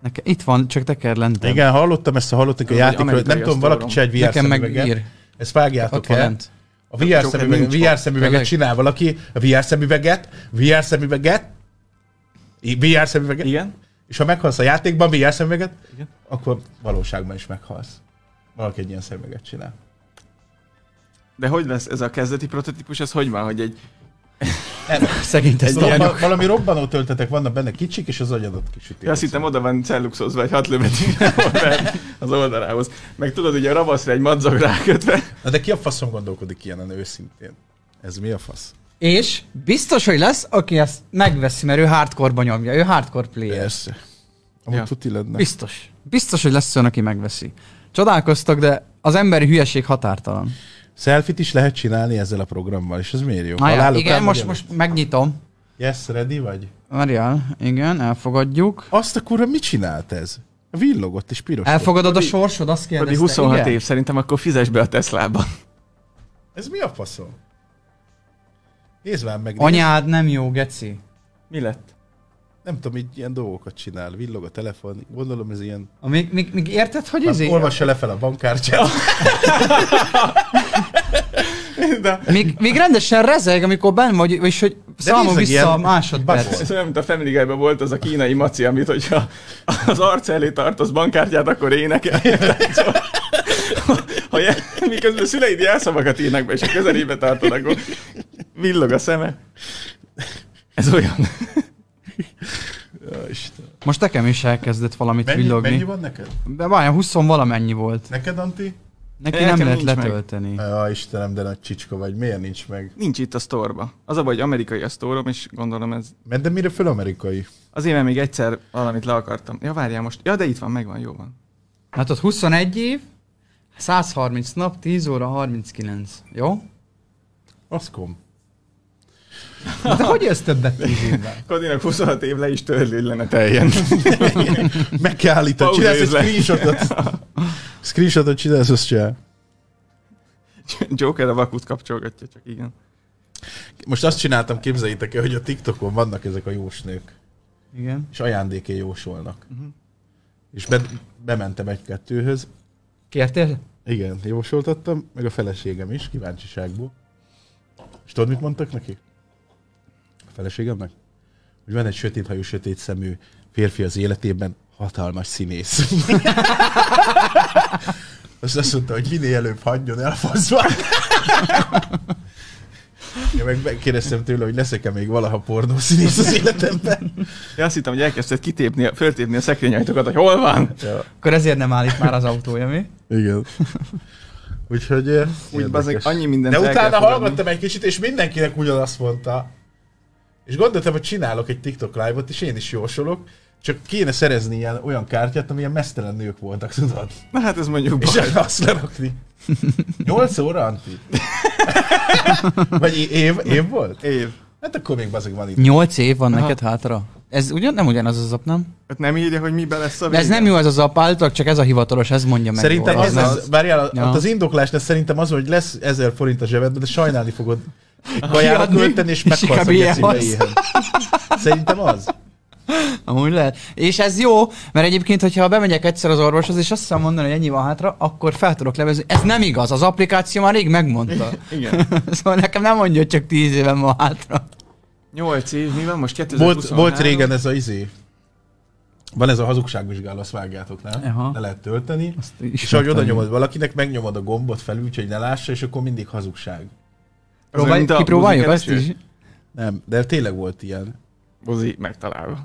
S2: Nekem, itt van, csak teker lentem.
S1: Igen, hallottam ezt a hallottak a
S3: Ez egy
S1: játékról. Nem
S3: amerikai
S1: tudom, valaki
S3: asztalom.
S1: csinál egy VR
S2: Nekem meg
S1: szemüveget.
S2: ír.
S1: Ezt
S2: Ott
S1: vágjátok
S2: van
S1: el.
S2: lent.
S1: A VR
S3: Csak
S1: szemüveget,
S3: nincs
S1: VR szemüveget
S2: Tényleg?
S1: csinál valaki, a VR szemüveget, VR szemüveget, í- VR szemüveget,
S3: Igen?
S1: és ha meghalsz a játékban VR szemüveget,
S3: Igen.
S1: akkor valóságban is meghalsz. Valaki egy ilyen szemüveget csinál.
S3: De hogy lesz ez a kezdeti prototípus, ez hogy van, hogy egy
S2: Szegény tesztelányok.
S1: Val- Szóval valami robbanó töltetek vannak benne kicsik, és az agyadat kisütik.
S3: Én azt hittem, oda van celluxozva egy hat lövetű revolver az oldalához. Meg tudod, ugye a ravaszra egy madzag rákötve.
S1: Na de ki a faszom gondolkodik ilyenen őszintén? Ez mi a fasz?
S2: És biztos, hogy lesz, aki ezt megveszi, mert ő hardcore nyomja, ő hardcore player.
S1: Persze. Amúgy ja.
S3: Ja.
S1: tuti lenne.
S2: Biztos. Biztos, hogy lesz olyan, aki megveszi. Csodálkoztak, de az emberi hülyeség határtalan.
S1: Selfit is lehet csinálni ezzel a programmal, és ez miért jó?
S2: Na,
S1: Halál után
S2: já, igen, most,
S1: vagy
S2: most megnyitom.
S1: előtt? Yes, ready vagy?
S2: Várjál, igen, elfogadjuk.
S1: Azt a kurva mit csinált ez? Villogott és piros. volt.
S2: Elfogadod a sorsod, azt
S3: Pedig
S2: kérdezte,
S3: 26
S2: igen?
S3: év, szerintem akkor fizes be a Teslába.
S1: Ez mi a faszom? Nézd már meg, nézd.
S2: Anyád nem jó, geci.
S3: Mi lett?
S1: nem tudom, így ilyen dolgokat csinál, villog a telefon, gondolom ez ilyen,
S2: A Még, még, még érted, hogy izé?
S1: az
S2: ez
S1: olvassa lefel a bankkártyát.
S3: De
S2: még, még rendesen rezeg, amikor benn vagy, és hogy számol
S1: nézzek,
S2: vissza
S1: ilyen
S2: a másodperc.
S1: bagol.
S3: ez olyan, mint a Family Guy-ben volt az a kínai maci, amit hogyha az arc elé tartasz bankkártyát, akkor énekel. Ha je, miközben szüleid jelszavakat írnak be, és a közelébe tartod, akkor villog a szeme. Ez olyan.
S1: Ja, Istenem.
S2: Most nekem is elkezdett valamit mennyi,
S1: Mennyi,
S2: villogni.
S1: mennyi
S2: Mennyi
S1: van neked?
S2: De várjál, 20 valamennyi volt.
S1: Neked, Anti?
S2: Neki
S3: Nekem
S2: nem lehet
S3: nincs meg.
S2: letölteni.
S1: Ja, Istenem, de nagy csicska vagy, miért nincs meg?
S3: Nincs itt a sztorba. Az a baj, hogy amerikai a sztorom, és gondolom ez
S1: Mert de mire föl amerikai?
S3: Azért, mert még egyszer valamit le akartam. Ja, várjál most. Ja, de itt van, megvan, jó van.
S2: Hát ott 21 év, 130 nap, 10 óra 39. Jó?
S1: Aszkom.
S2: De hogy jössz többet 10 évvel?
S3: Kodinak 26 év le is törli, hogy lenne teljen.
S1: <laughs> Meg kell állítani,
S3: Pauza
S1: csinálsz egy
S3: üzlet.
S1: screenshotot. Screenshotot csinálsz, azt csinál.
S3: Joker a vakut kapcsolgatja, csak igen.
S1: Most azt csináltam, képzeljétek el, hogy a TikTokon vannak ezek a jósnők,
S2: Igen.
S1: és ajándéké jósolnak. És be, bementem egy-kettőhöz,
S2: Kértél?
S1: Igen, jósoltattam, meg a feleségem is, kíváncsiságból. És tudod, mit mondtak neki? A feleségemnek? Hogy van egy sötéthajú, sötét szemű férfi az életében, hatalmas színész. <laughs> Azt azt mondta, hogy minél előbb hagyjon el faszba. <laughs> Én meg megkérdeztem tőle, hogy leszek-e még valaha pornószínész az életemben.
S3: Én azt hittem, hogy elkezdted kitépni, a- föltépni a szekrényajtókat, hogy hol van.
S1: Ja,
S2: Akkor ezért nem állít már az autója, mi?
S3: <laughs>
S1: igen. Úgyhogy... eh,
S3: Úgy
S1: érdekes.
S3: bazeg, annyi mindent
S1: De
S3: el kell
S1: utána
S3: fogadni.
S1: hallgattam egy kicsit, és mindenkinek ugyanazt mondta. És gondoltam, hogy csinálok egy TikTok live-ot, és én is jósolok, csak kéne szerezni ilyen, olyan kártyát, amilyen mesztelen nők voltak, tudod?
S3: Na hát ez mondjuk
S1: És
S3: baj.
S1: arra azt lerakni. 8 óra,
S3: <laughs>
S1: Anti? Vagy é- év, év volt?
S3: Év.
S1: Hát akkor még bazeg van itt.
S2: 8 év van
S3: Aha.
S2: neked hátra? Ez ugyan, nem ugyanaz az zap, nem?
S3: Hát nem írja, hogy mibe lesz a
S2: De ez nem jó ez az zap, általában csak ez a hivatalos, ez mondja meg.
S1: Szerintem
S2: jól.
S1: ez
S2: Az
S1: az, várjál,
S2: Ja.
S1: ja. az indoklás lesz szerintem az, hogy lesz 1000 forint a zsebedben, de sajnálni
S2: <laughs>
S1: fogod kajára
S2: Kiadni,
S1: költeni, és
S2: és
S1: meghalsz a
S2: inkább
S1: gecibe
S2: ilyenhoz.
S1: éhen. Szerintem az.
S2: Amúgy lehet. És ez jó, mert egyébként, hogyha bemegyek egyszer az orvoshoz, és azt hiszem mondani, hogy ennyi van hátra, akkor fel tudok levezni. Ez nem igaz, az applikáció már rég <laughs> megmondta.
S3: Igen.
S2: szóval nekem nem mondja, hogy csak 10 éven van hátra.
S3: 8 év, mi van most? 2023?
S1: Volt, volt régen ez a izé. Van ez a hazugságvizsgáló, azt vágjátok, nem?
S2: Aha.
S1: Le lehet tölteni.
S2: Azt
S1: És ahogy oda
S2: megtanulja.
S1: nyomod valakinek, megnyomod a gombot felül, hogy ne lássa, és akkor mindig hazugság.
S3: Az
S2: Próbálj,
S3: mint a
S2: kipróbáljuk ezt
S3: búzikereső?
S2: is.
S1: Nem, de tényleg volt ilyen.
S3: Buzi megtalálva.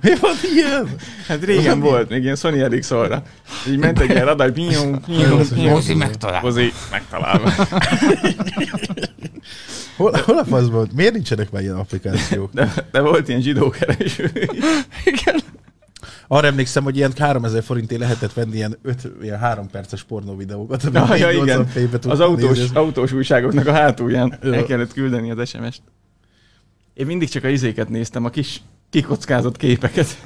S1: Mi van ilyen?
S3: Hát régen volt, még ilyen Sony Ericssonra. Így ment egy ilyen radar, pinyom, pinyom,
S1: Buzi
S3: pinyom.
S2: megtalál.
S3: Buzi megtalálva.
S1: Hol, hol a fasz volt? Miért nincsenek már ilyen applikációk?
S3: De, de volt ilyen zsidókereső.
S2: Igen.
S1: Arra emlékszem, hogy ilyen 3000 forintért lehetett venni ilyen 5, ilyen 3 perces pornó videókat, amit
S3: Ja, ja,
S1: 480p-be
S3: igen.
S1: tudtad
S3: Az autós,
S1: nézni.
S3: autós újságoknak a hátulján
S1: Jó.
S3: el kellett küldeni az SMS-t. Én mindig csak a izéket néztem, a kis kikockázott képeket.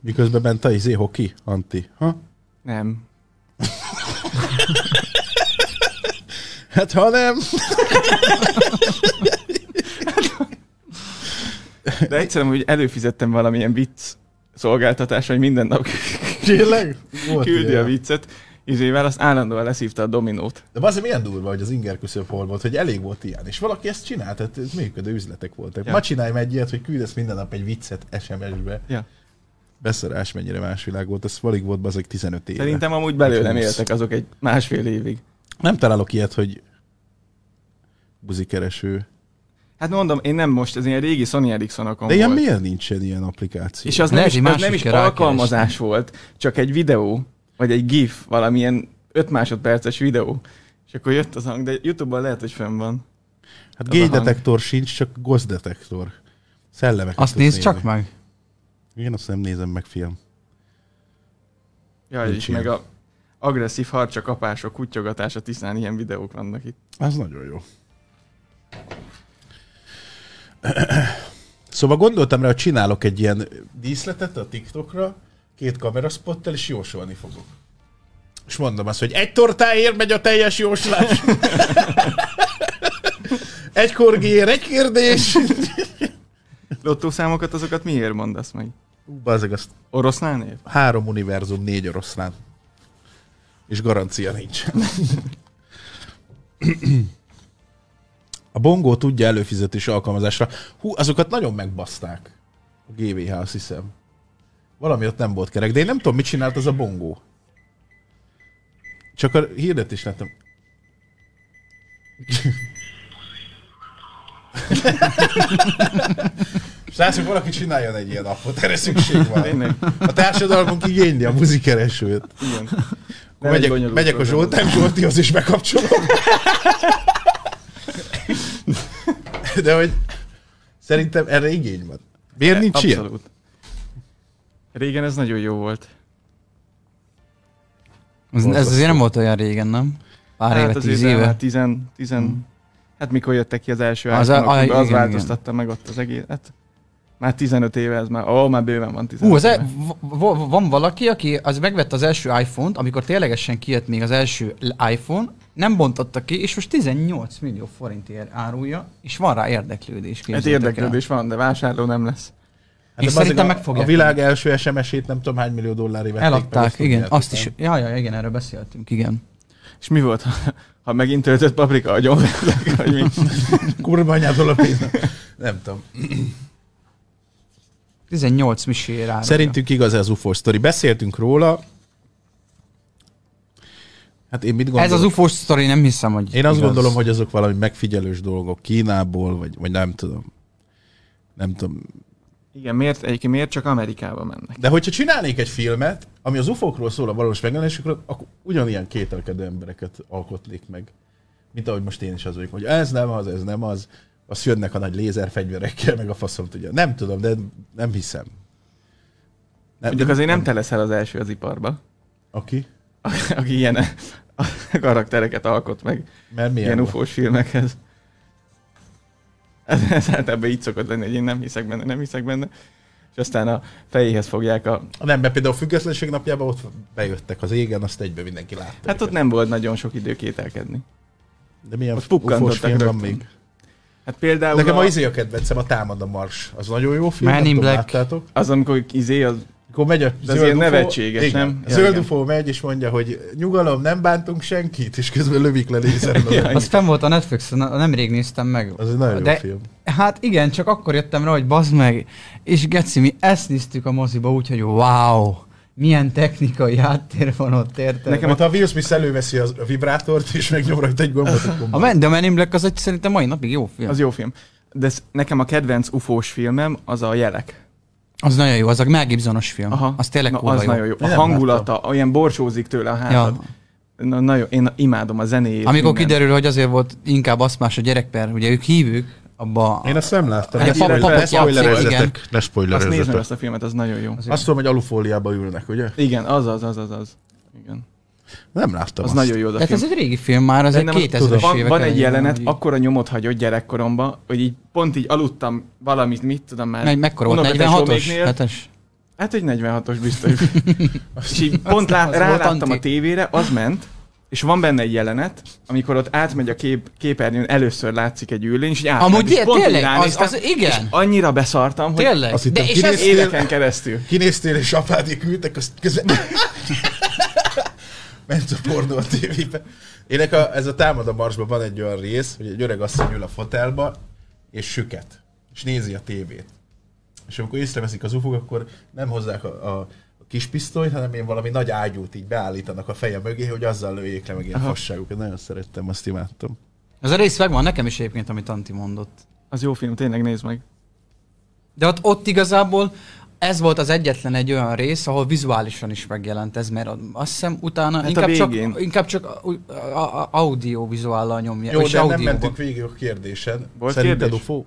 S1: Miközben bent a izé hoki, Anti. Ha?
S3: Nem.
S1: Hát ha nem... <laughs>
S3: De egyszerűen úgy előfizettem valamilyen vicc szolgáltatásra, hogy minden nap
S1: Tényleg? Volt
S3: <laughs> küldi
S1: ilyen.
S3: a viccet. Izével azt állandóan leszívta a dominót.
S1: De az milyen durva, hogy az inger küszöb hol volt, hogy elég volt ilyen. És valaki ezt csinált, tehát ez működő üzletek voltak.
S3: Ja.
S1: Ma csinálj meg egy ilyet, hogy küldesz minden nap egy viccet SMS-be.
S3: Ja.
S1: Beszarás, mennyire más világ volt, ez valig volt bazeg 15 éve.
S3: Szerintem amúgy belőlem
S1: Húsz.
S3: éltek azok egy másfél évig.
S1: Nem találok ilyet, hogy buzikereső.
S3: Hát mondom, én nem most, ez ilyen régi Sony Ericssonokon
S1: De ilyen
S3: volt.
S1: miért nincsen ilyen applikáció?
S3: És az nem
S2: Lehet,
S3: is,
S2: hogy
S3: az
S2: másik
S3: nem is
S2: kell rákeresni.
S3: alkalmazás volt, csak egy videó, vagy egy gif, valamilyen 5 másodperces videó. És akkor jött az hang, de Youtube-ban lehet, hogy fönn van.
S1: hát
S3: az a hang.
S1: gégydetektor sincs, csak gozdetektor. Szellemeket
S2: Azt
S1: tudsz
S2: nézd csak
S1: nézni.
S2: meg.
S1: Én azt nem nézem meg, fiam.
S3: Jaj,
S1: Nincs
S3: és
S1: ilyen.
S3: meg a agresszív harcsa, kapások, kuttyogatás a tisztán, ilyen videók vannak itt.
S1: Az nagyon jó. <clears throat> Szóval gondoltam rá, hogy csinálok egy ilyen díszletet a TikTokra, két kameraszpottel, és jósolni fogok. És mondom azt, hogy egy tortáért megy a teljes jóslás. egy korgiért egy kérdés.
S3: Lottószámokat azokat miért mondasz meg?
S1: Ú, bazeg, azt
S3: Orosznál név?
S1: három univerzum, négy oroszlán. És garancia nincs. A Bongo tudja előfizetés alkalmazásra. Hú, azokat nagyon megbaszták. A GVH, azt hiszem. Valami ott nem volt kerek, de én nem tudom, mit csinált az a Bongo. Csak a hirdetés láttam. Srácok, valaki csináljon egy ilyen appot, erre szükség van. <laughs>
S3: Tényleg?
S1: A társadalmunk igényli a muzikeresőt.
S3: Igen.
S1: Akkor megyek, megyek a Zsoltán Zsoltihoz és bekapcsolom. De hogy szerintem erre igény van. Miért nincs ilyen?
S3: Abszolút. Régen ez nagyon jó volt.
S2: Ez, ez azért nem volt olyan régen, nem? Pár éve,
S3: Hát azért
S2: tíz
S3: el
S2: éve.
S3: Már tizen, tizen, hmm. Hát mikor jöttek ki az első
S2: Az
S3: az,
S2: a- a-
S3: a, az
S2: igen, igen.
S3: változtatta meg ott az egészet. Már 15 éve ez már, ó, már bőven van 15
S2: Hú, az e,
S3: éve. Hát
S2: v- v- van valaki, aki az megvette az első iPhone-t, amikor ténylegesen kijött még az első l- iPhone, nem bontotta ki, és most 18 millió forintért árulja, és van rá érdeklődés.
S3: Hát
S2: képzeljétek el.
S3: érdeklődés van, de vásárló nem lesz.
S1: Hát
S2: És
S1: de bazeg,
S2: szerintem
S1: a-
S2: meg fogják
S1: A világ első SMS-ét nem tudom hány millió dolláré vették. meg,
S2: Eladták, igen,
S1: tudjátok,
S2: azt is.
S1: nem?
S2: Ja, ja, igen, erről beszéltünk, igen.
S3: És mi volt, <laughs> ha, ha megint töltött paprika agyonverlek, vagy mi?
S1: Kurva anyádól a pénz. Nem tudom.
S2: 18 miséért árulja.
S1: Szerintünk igaz ez UFO sztori. Beszéltünk róla. Hát én mit gondolok?
S2: Ez az ufo sztori, nem hiszem, hogy
S1: Én azt
S2: igaz.
S1: gondolom, hogy azok valami megfigyelős dolgok Kínából, vagy, vagy nem tudom. Nem tudom.
S3: <laughs> Igen, miért, egyébként miért csak Amerikába
S2: Hát
S3: mennek?
S1: De hogyha csinálnék egy filmet, ami az ufókról szól a valós megjelenésekről, akkor ugyanilyen kételkedő embereket alkotnék meg. Mint ahogy most én is az vagyok, hogy ez nem az, ez nem az. Azt jönnek a nagy lézerfegyverekkel, meg a faszom tudja. Nem tudom, de nem hiszem. Nem,
S3: Mondjuk azért nem te leszel az első az iparba, <laughs>
S1: Aki?
S3: aki ilyen karaktereket alkot meg.
S1: Mert milyen
S3: ilyen
S1: volt?
S3: ufós filmekhez. Ez, ez általában így szokott lenni, hogy én nem hiszek benne, nem hiszek benne. És aztán a fejéhez fogják a...
S1: Nem, mert például a függetlenség napjában ott bejöttek az égen, azt egybe mindenki látta.
S3: Hát ott nem volt nagyon sok idő kételkedni.
S1: De milyen
S3: ott
S1: ufós
S3: pukkantottak
S1: film van
S3: rögtön.
S1: még?
S3: Hát például
S1: Nekem
S3: a,
S1: a izé a kedvencem, a Támad a Mars. Az nagyon jó film,
S2: Man
S1: nem
S2: in
S1: tudom,
S2: Black.
S1: láttátok.
S3: az, amikor izé, az,
S1: Akkor megy a
S3: De az ilyen nevetséges,
S1: igen,
S3: nem?
S1: A
S3: Ja,
S1: zöld
S3: igen.
S1: UFO megy és mondja, hogy nyugalom, nem bántunk senkit, és közben lövik le lézerrel.
S3: <laughs> Ja.
S2: Az fenn volt a Netflixen, a- nemrég néztem meg.
S1: Az egy nagyon jó
S2: De
S1: film.
S2: Hát igen, csak akkor jöttem rá, hogy bazd meg, és geci, mi ezt néztük a moziba úgy, hogy wow, milyen technikai háttér van ott, érted?
S1: Nekem ott a Will Smith előveszi az- a vibrátort, és megnyom rajta egy gombot. akkor
S2: a Man, de a Man in Black az egy szerintem mai napig jó film.
S3: az
S2: Az,
S3: jó film. De ez, nekem a kedvenc ufós filmem az a jelek.
S2: az nagyon jó, az a Mel Gibsonos film. Aha. Az tényleg
S3: Na,
S2: kurva
S3: az
S2: jó.
S3: nagyon jó. A
S1: Nem
S3: hangulata, olyan borsózik tőle a házad.
S2: Ja.
S3: Ja. Na, nagyon, én imádom a zenéjét.
S2: Amikor
S3: mindent.
S2: kiderül, hogy azért volt inkább azt más a gyerekper, ugye ők hívők abba.
S1: Én azt nem láttam.
S2: Egy
S1: Ne
S2: ilyen
S1: spoiler- ne
S2: papot játszik,
S1: spoilerezzetek. Ne
S3: Azt nézem
S1: spoilerezzetek.
S3: ezt a filmet, az nagyon jó.
S1: Azt tudom, hogy alufóliába ülnek, ugye?
S3: Igen, az, az, az, az, az. Igen.
S1: Nem láttam
S3: Az
S1: azt.
S3: nagyon jó az a
S2: Tehát
S3: film.
S2: ez egy régi film már, az
S3: Én
S2: egy
S3: nem-
S2: 2000-es
S3: van,
S2: évek.
S3: Van egy
S2: elején,
S3: jelenet,
S2: hogy-
S3: akkora nyomot hagyott gyerekkoromban, hogy így pont így aludtam valamit, mit tudom már.
S2: Meg- Mekkora volt?
S3: unokatestvéreimnél.
S2: 46-os? 7-es?
S3: Hát egy 46-os
S2: <laughs>
S3: biztos. és így pont lá,
S2: az volt
S3: ráláttam a
S2: antik.
S3: tévére, az ment, és van benne egy jelenet, amikor ott átmegy a kép, képernyőn, először látszik egy ülén, és így átmegy.
S2: Amúgy
S3: és
S2: ilyen-
S3: pont így
S2: tényleg? Az-
S3: ránéztem,
S2: az igen.
S3: És annyira beszartam, hogy
S2: Tényleg?
S1: azt hittem,
S2: De és ez,
S1: kinéztél?
S3: éveken keresztül.
S1: Kinéztél, és apádék ültek, azt közben... Ment a pornó a tévébe. Ének a, ez a támad a marsban van egy olyan rész, hogy egy öreg asszony ül a fotelba, és süket, és nézi a tévét. És amikor észreveszik az ufók, akkor nem hozzák a, a, a kis pisztolyt, hanem én valami nagy ágyút így beállítanak a feje mögé, hogy azzal lőjék le meg ilyen fasságokat. Nagyon szerettem, azt imádtam.
S2: Ez a rész megvan nekem is egyébként, amit Anti mondott.
S3: Az jó film, tényleg nézd meg.
S2: De ott, ott igazából ez volt az egyetlen egy olyan rész, ahol vizuálisan is megjelent ez, mert azt hiszem utána
S3: Hát a
S2: inkább,
S3: végén.
S2: csak, inkább csak u- a- a- audiovizuállal nyomja.
S1: Jó,
S2: vagyis
S1: de nem
S2: audióba.
S1: mentünk végig a kérdésen.
S3: Volt
S1: Szerinted
S3: kérdés?
S1: UFO?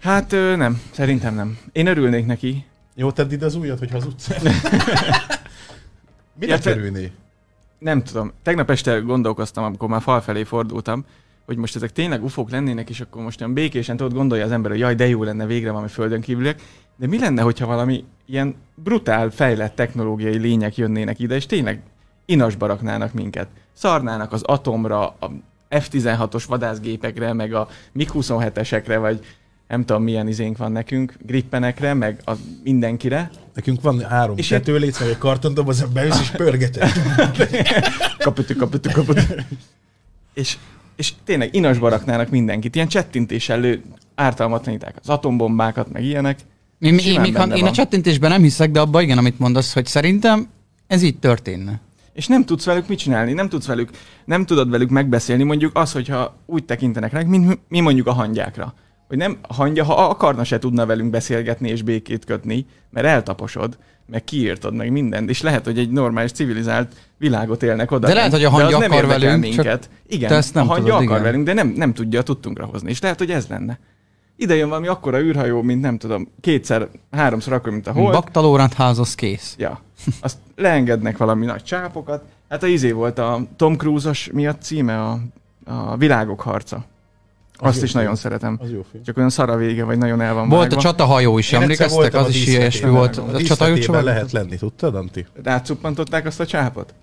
S3: Hát ö, nem, szerintem nem. Én örülnék neki.
S1: Jó, tedd ide az ujjat, hogyha az utcán. <laughs> Minek
S3: Érted?
S1: kerülni?
S3: Nem tudom. Tegnap este gondolkoztam, amikor már fal felé fordultam, hogy most ezek tényleg ufók lennének, és akkor most olyan békésen tudod gondolja az ember, hogy jaj, de jó lenne végre valami földön kívüliek. De mi lenne, hogyha valami ilyen brutál, fejlett technológiai lények jönnének ide, és tényleg inasba raknának minket. Szarnának az atomra, a F-16-os vadászgépekre, meg a MiG-27-esekre, vagy nem tudom milyen izénk van nekünk, grippenekre, meg a mindenkire.
S1: Nekünk van három és
S3: És én-
S1: tetőléc, meg egy kartondobozat, beülsz és pörgeted.
S3: kaputu, kaputu, kaputu. és, és tényleg inasba raknának mindenkit, ilyen csettintéssel lő, ártalmatlaníták az atombombákat, meg ilyenek.
S2: Mi, mi, én,
S3: Simán
S2: még,
S3: benne
S2: ha- én a
S3: van.
S2: csettintésben nem hiszek, de abban igen, amit mondasz, hogy szerintem ez így történne.
S3: És nem tudsz velük mit csinálni, nem tudsz velük, nem tudod velük megbeszélni mondjuk az, hogyha úgy tekintenek ránk, mint mi mondjuk a hangyákra. Hogy nem, a hangya, ha akarna, se tudna velünk beszélgetni és békét kötni, mert eltaposod, meg kiírtad, meg mindent, és lehet, hogy egy normális, civilizált világot élnek oda.
S2: De lehet, hogy a hangya
S3: de az nem
S2: akar
S3: érdekel
S2: velünk, csak
S3: minket. Igen,
S2: te ezt nem
S3: a hangya
S2: tudod,
S3: akar
S2: igen.
S3: velünk, de nem, nem tudja a tudtunkra hozni, és lehet, hogy ez lenne. Ide jön valami akkora űrhajó, mint nem tudom, kétszer, háromszor akkor, mint a hold.
S2: Baktalórant ház az kész.
S3: Ja. Azt leengednek valami nagy csápokat. Hát a izé volt a Tom Cruise-os, mi a címe? A, a világok harca. Azt
S1: jó
S3: is
S1: film.
S3: nagyon szeretem.
S1: <laughs> Az jó film.
S3: Csak olyan szar a vége, vagy nagyon el van
S2: Volt
S3: vágva.
S2: a csatahajó is,
S1: Én egyszer
S2: emlékeztek?
S1: voltam
S2: Az
S1: a
S2: is
S1: díszletében.
S2: ilyesmi volt.
S1: A
S2: A csatahajó
S1: díszletében
S2: csomag?
S1: lehet lenni, tudtad, Anti?
S3: Rácuppantották azt a csápot?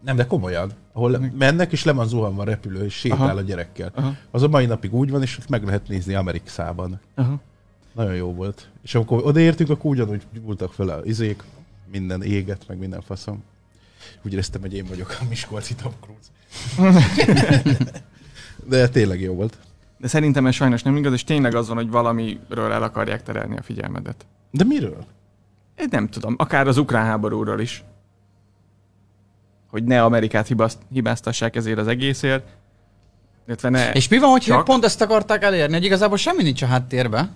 S1: Nem, de komolyan. Ahol mennek, és le van zuhanva a repülő, és sétál
S3: Aha.
S1: a gyerekkel.
S3: Aha.
S1: Az a mai napig úgy van, és ezt meg lehet nézni Amerikszában.
S3: Aha.
S1: Nagyon jó volt. És amikor odaértünk, akkor ugyanúgy gyúltak fel a izék, minden éget, meg minden faszom. Úgy éreztem, hogy én vagyok a Miskolci Tom Cruise. De tényleg jó volt.
S3: De szerintem ez sajnos nem igaz, és tényleg az van, hogy valamiről el akarják terelni a figyelmedet.
S1: De miről?
S3: Én nem tudom, akár az ukrán háborúról is. Hogy ne Amerikát hibaszt, hibáztassák ezért az egészért. Illetve ne...
S2: És mi van, hogyha
S3: Csak?
S2: pont ezt akarták elérni, hogy igazából semmi nincs a háttérbe?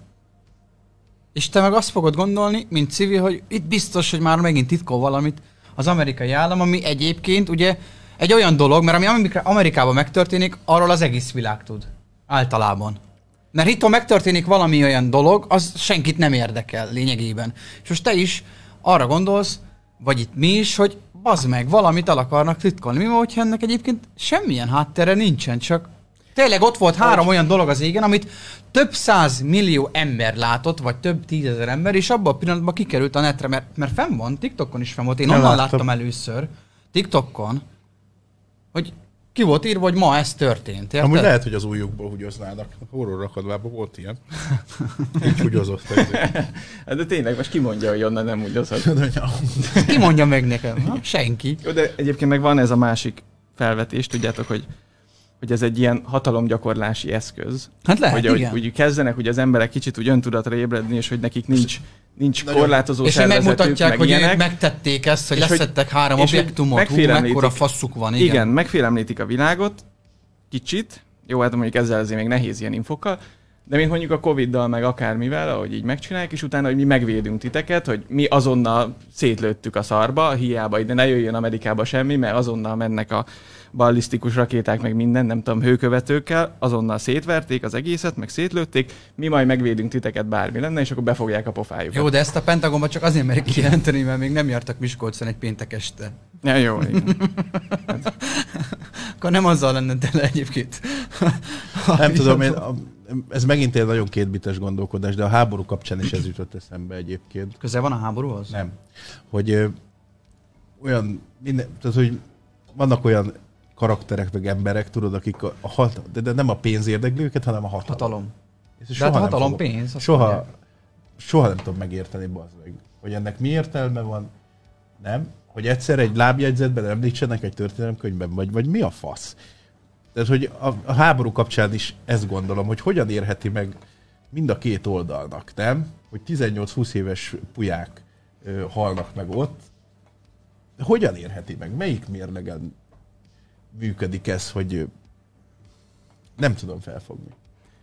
S2: És te meg azt fogod gondolni, mint civil, hogy itt biztos, hogy már megint titkol valamit az amerikai állam, ami egyébként ugye egy olyan dolog, mert ami Amerika- Amerikában megtörténik, arról az egész világ tud. Általában. Mert itt, ha megtörténik valami olyan dolog, az senkit nem érdekel lényegében. És most te is arra gondolsz, vagy itt mi is, hogy bazd meg, valamit el akarnak titkolni. Mi van, hogyha ennek egyébként semmilyen háttere nincsen, csak tényleg ott volt három olyan dolog az égen, amit több száz millió ember látott, vagy több tízezer ember, és abban a pillanatban kikerült a netre, mert, mert fenn van, TikTokon is fenn volt, én
S1: Nem
S2: onnan láttam.
S1: láttam.
S2: láttam először, TikTokon, hogy ki volt írva, hogy ma ez történt, érted?
S1: Amúgy lehet, hogy az újukból húgyoznának. Horror akadvában volt ilyen. Így húgyozott.
S3: Hát De tényleg, most kimondja, hogy onnan nem úgy az.
S2: Ki mondja meg nekem? Ha? Senki.
S3: Jó, de egyébként meg van ez a másik felvetés, tudjátok, hogy, hogy ez egy ilyen hatalomgyakorlási eszköz.
S2: Hát lehet,
S3: hogy,
S2: igen.
S3: Hogy, hogy kezdenek hogy az emberek kicsit úgy öntudatra ébredni, és hogy nekik nincs, nincs
S1: Nagyon.
S3: korlátozó
S2: És hogy
S3: szervezetük,
S2: megmutatják,
S3: meg
S2: hogy
S3: ilyenek.
S2: ők megtették ezt, hogy
S3: És hogy-
S2: leszettek három
S3: és hogy
S2: objektumot, hú,
S3: megfélemlítik.
S2: mekkora faszuk van, igen.
S3: Igen, igen megfélemlítik a világot, kicsit, jó, hát mondjuk ezzel azért még nehéz ilyen infokkal, de mint mondjuk a Covid-dal, meg akármivel, ahogy így megcsinálják, és utána, hogy mi megvédünk titeket, hogy mi azonnal szétlőttük a szarba, hiába ide ne jöjjön Amerikába semmi, mert azonnal mennek a ballisztikus rakéták, meg minden, nem tudom, hőkövetőkkel, azonnal szétverték az egészet, meg szétlőtték, mi majd megvédünk titeket bármi lenne, és akkor befogják a pofájukat.
S2: Jó, de ezt a Pentagonban csak azért merik kijelenteni, mert még nem jártak Miskolcon egy péntek este.
S3: Ja, jó, igen.
S2: Akkor nem azzal lenne tele egyébként. <laughs>
S1: Nem tudom, én, a- ez megint egy nagyon kétbites gondolkodás, de a háború kapcsán is ez jutott eszembe egyébként.
S2: Közel van a háborúhoz?
S1: Nem. Hogy ö, olyan, minden, tehát, hogy vannak olyan karakterek, meg emberek, tudod, akik a, a hat, de, de nem a pénz érdekli őket, hanem a hatalom.
S2: Hatalom.
S1: Ezt
S2: De hát a
S1: nem
S2: hatalom
S1: fogom-
S2: pénz, azt
S1: Soha,
S2: mondják.
S1: soha nem tudom megérteni, bazd meg, hogy ennek mi értelme van, nem? Hogy egyszer egy lábjegyzetben említsenek egy történelemkönyvben, vagy, vagy mi a fasz? Tehát, hogy a, a háború kapcsán is ezt gondolom, hogy hogyan érheti meg mind a két oldalnak, nem? Hogy 18-20 éves puják ö, halnak meg ott. Hogyan érheti meg? Melyik mérlegen működik ez, hogy ö, Nem tudom felfogni.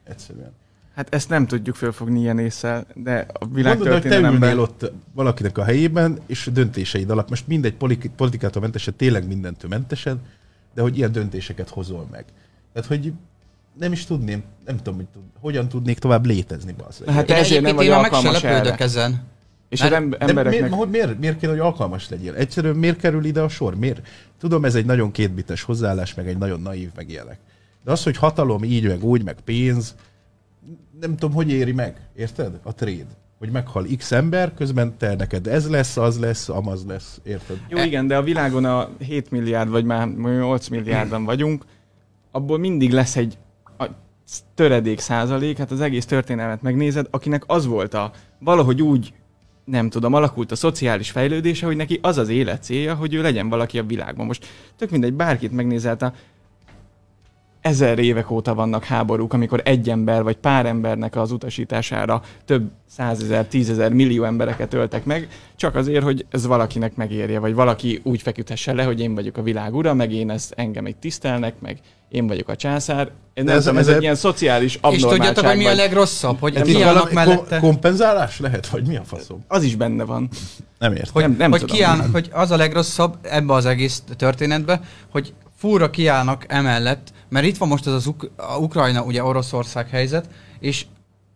S1: Egyszerűen.
S3: Hát ezt nem tudjuk fölfogni ilyen észre, de a világ
S1: Mondod, hogy te
S3: történelemben...
S1: ülnél ott valakinek a helyében, és a döntéseid alap, most mindegy politi- politikától mentesen, tényleg mindentől mentesen, de hogy ilyen döntéseket hozol meg. Tehát, hogy nem is tudném, nem tudom, hogy tud, hogyan tudnék tovább létezni, bazzeg.
S3: Hát
S2: Én
S3: ezért nem
S2: egyébként
S3: vagy
S2: én már meg se
S3: alkalmas
S2: lepődök
S3: erre.
S2: ezen.
S3: És
S2: Mert-
S3: az em-
S1: De
S3: embereknek...
S1: miért, hogy miért, miért kéne, hogy alkalmas legyél? Egyszerűen miért kerül ide a sor? Miért? Tudom, ez egy nagyon kétbites hozzáállás, meg egy nagyon naív, meg ilyenek. De az, hogy hatalom így, meg úgy, meg pénz, nem tudom, hogy éri meg, érted? A trade. Hogy meghal x ember, közben te neked ez lesz, az lesz, amaz lesz, érted?
S2: Hát
S3: Jó, igen, de a világon a 7 milliárd, vagy már 8 milliárdan vagyunk, abból mindig lesz egy a töredék százalék, hát az egész történelmet megnézed, akinek az volt a valahogy úgy, nem tudom, alakult a szociális fejlődése, hogy neki az az élet célja, hogy ő legyen valaki a világban. Most tök mindegy, bárkit megnézel, a ezer évek óta vannak háborúk, amikor egy ember vagy pár embernek az utasítására több százezer, tízezer millió embereket öltek meg, csak azért, hogy ez valakinek megérje, vagy valaki úgy feküdhesse le, hogy én vagyok a világ ura, meg én ezt engem itt tisztelnek, meg én vagyok a császár. Én nem
S1: ez-
S3: ez, tudom,
S1: ez
S3: ez, ez egy
S1: egy-
S3: ilyen szociális
S2: És
S3: abnormálság.
S2: tudjátok, hogy mi a
S3: vagy-
S2: legrosszabb? Hogy
S1: Ez
S2: mi állnak
S1: Hát valami
S2: mellette?
S1: kom- kompenzálás lehet, vagy mi a faszom?
S3: Az is benne van.
S1: Nem értem.
S2: Hogy,
S3: Nem- nem
S2: hogy,
S3: tudom.
S2: kiállnak, hogy az a legrosszabb ebbe az egész történetbe, hogy fúra kiállnak emellett, mert itt van most ez az Uk- a Ukrajna, ugye Oroszország helyzet, és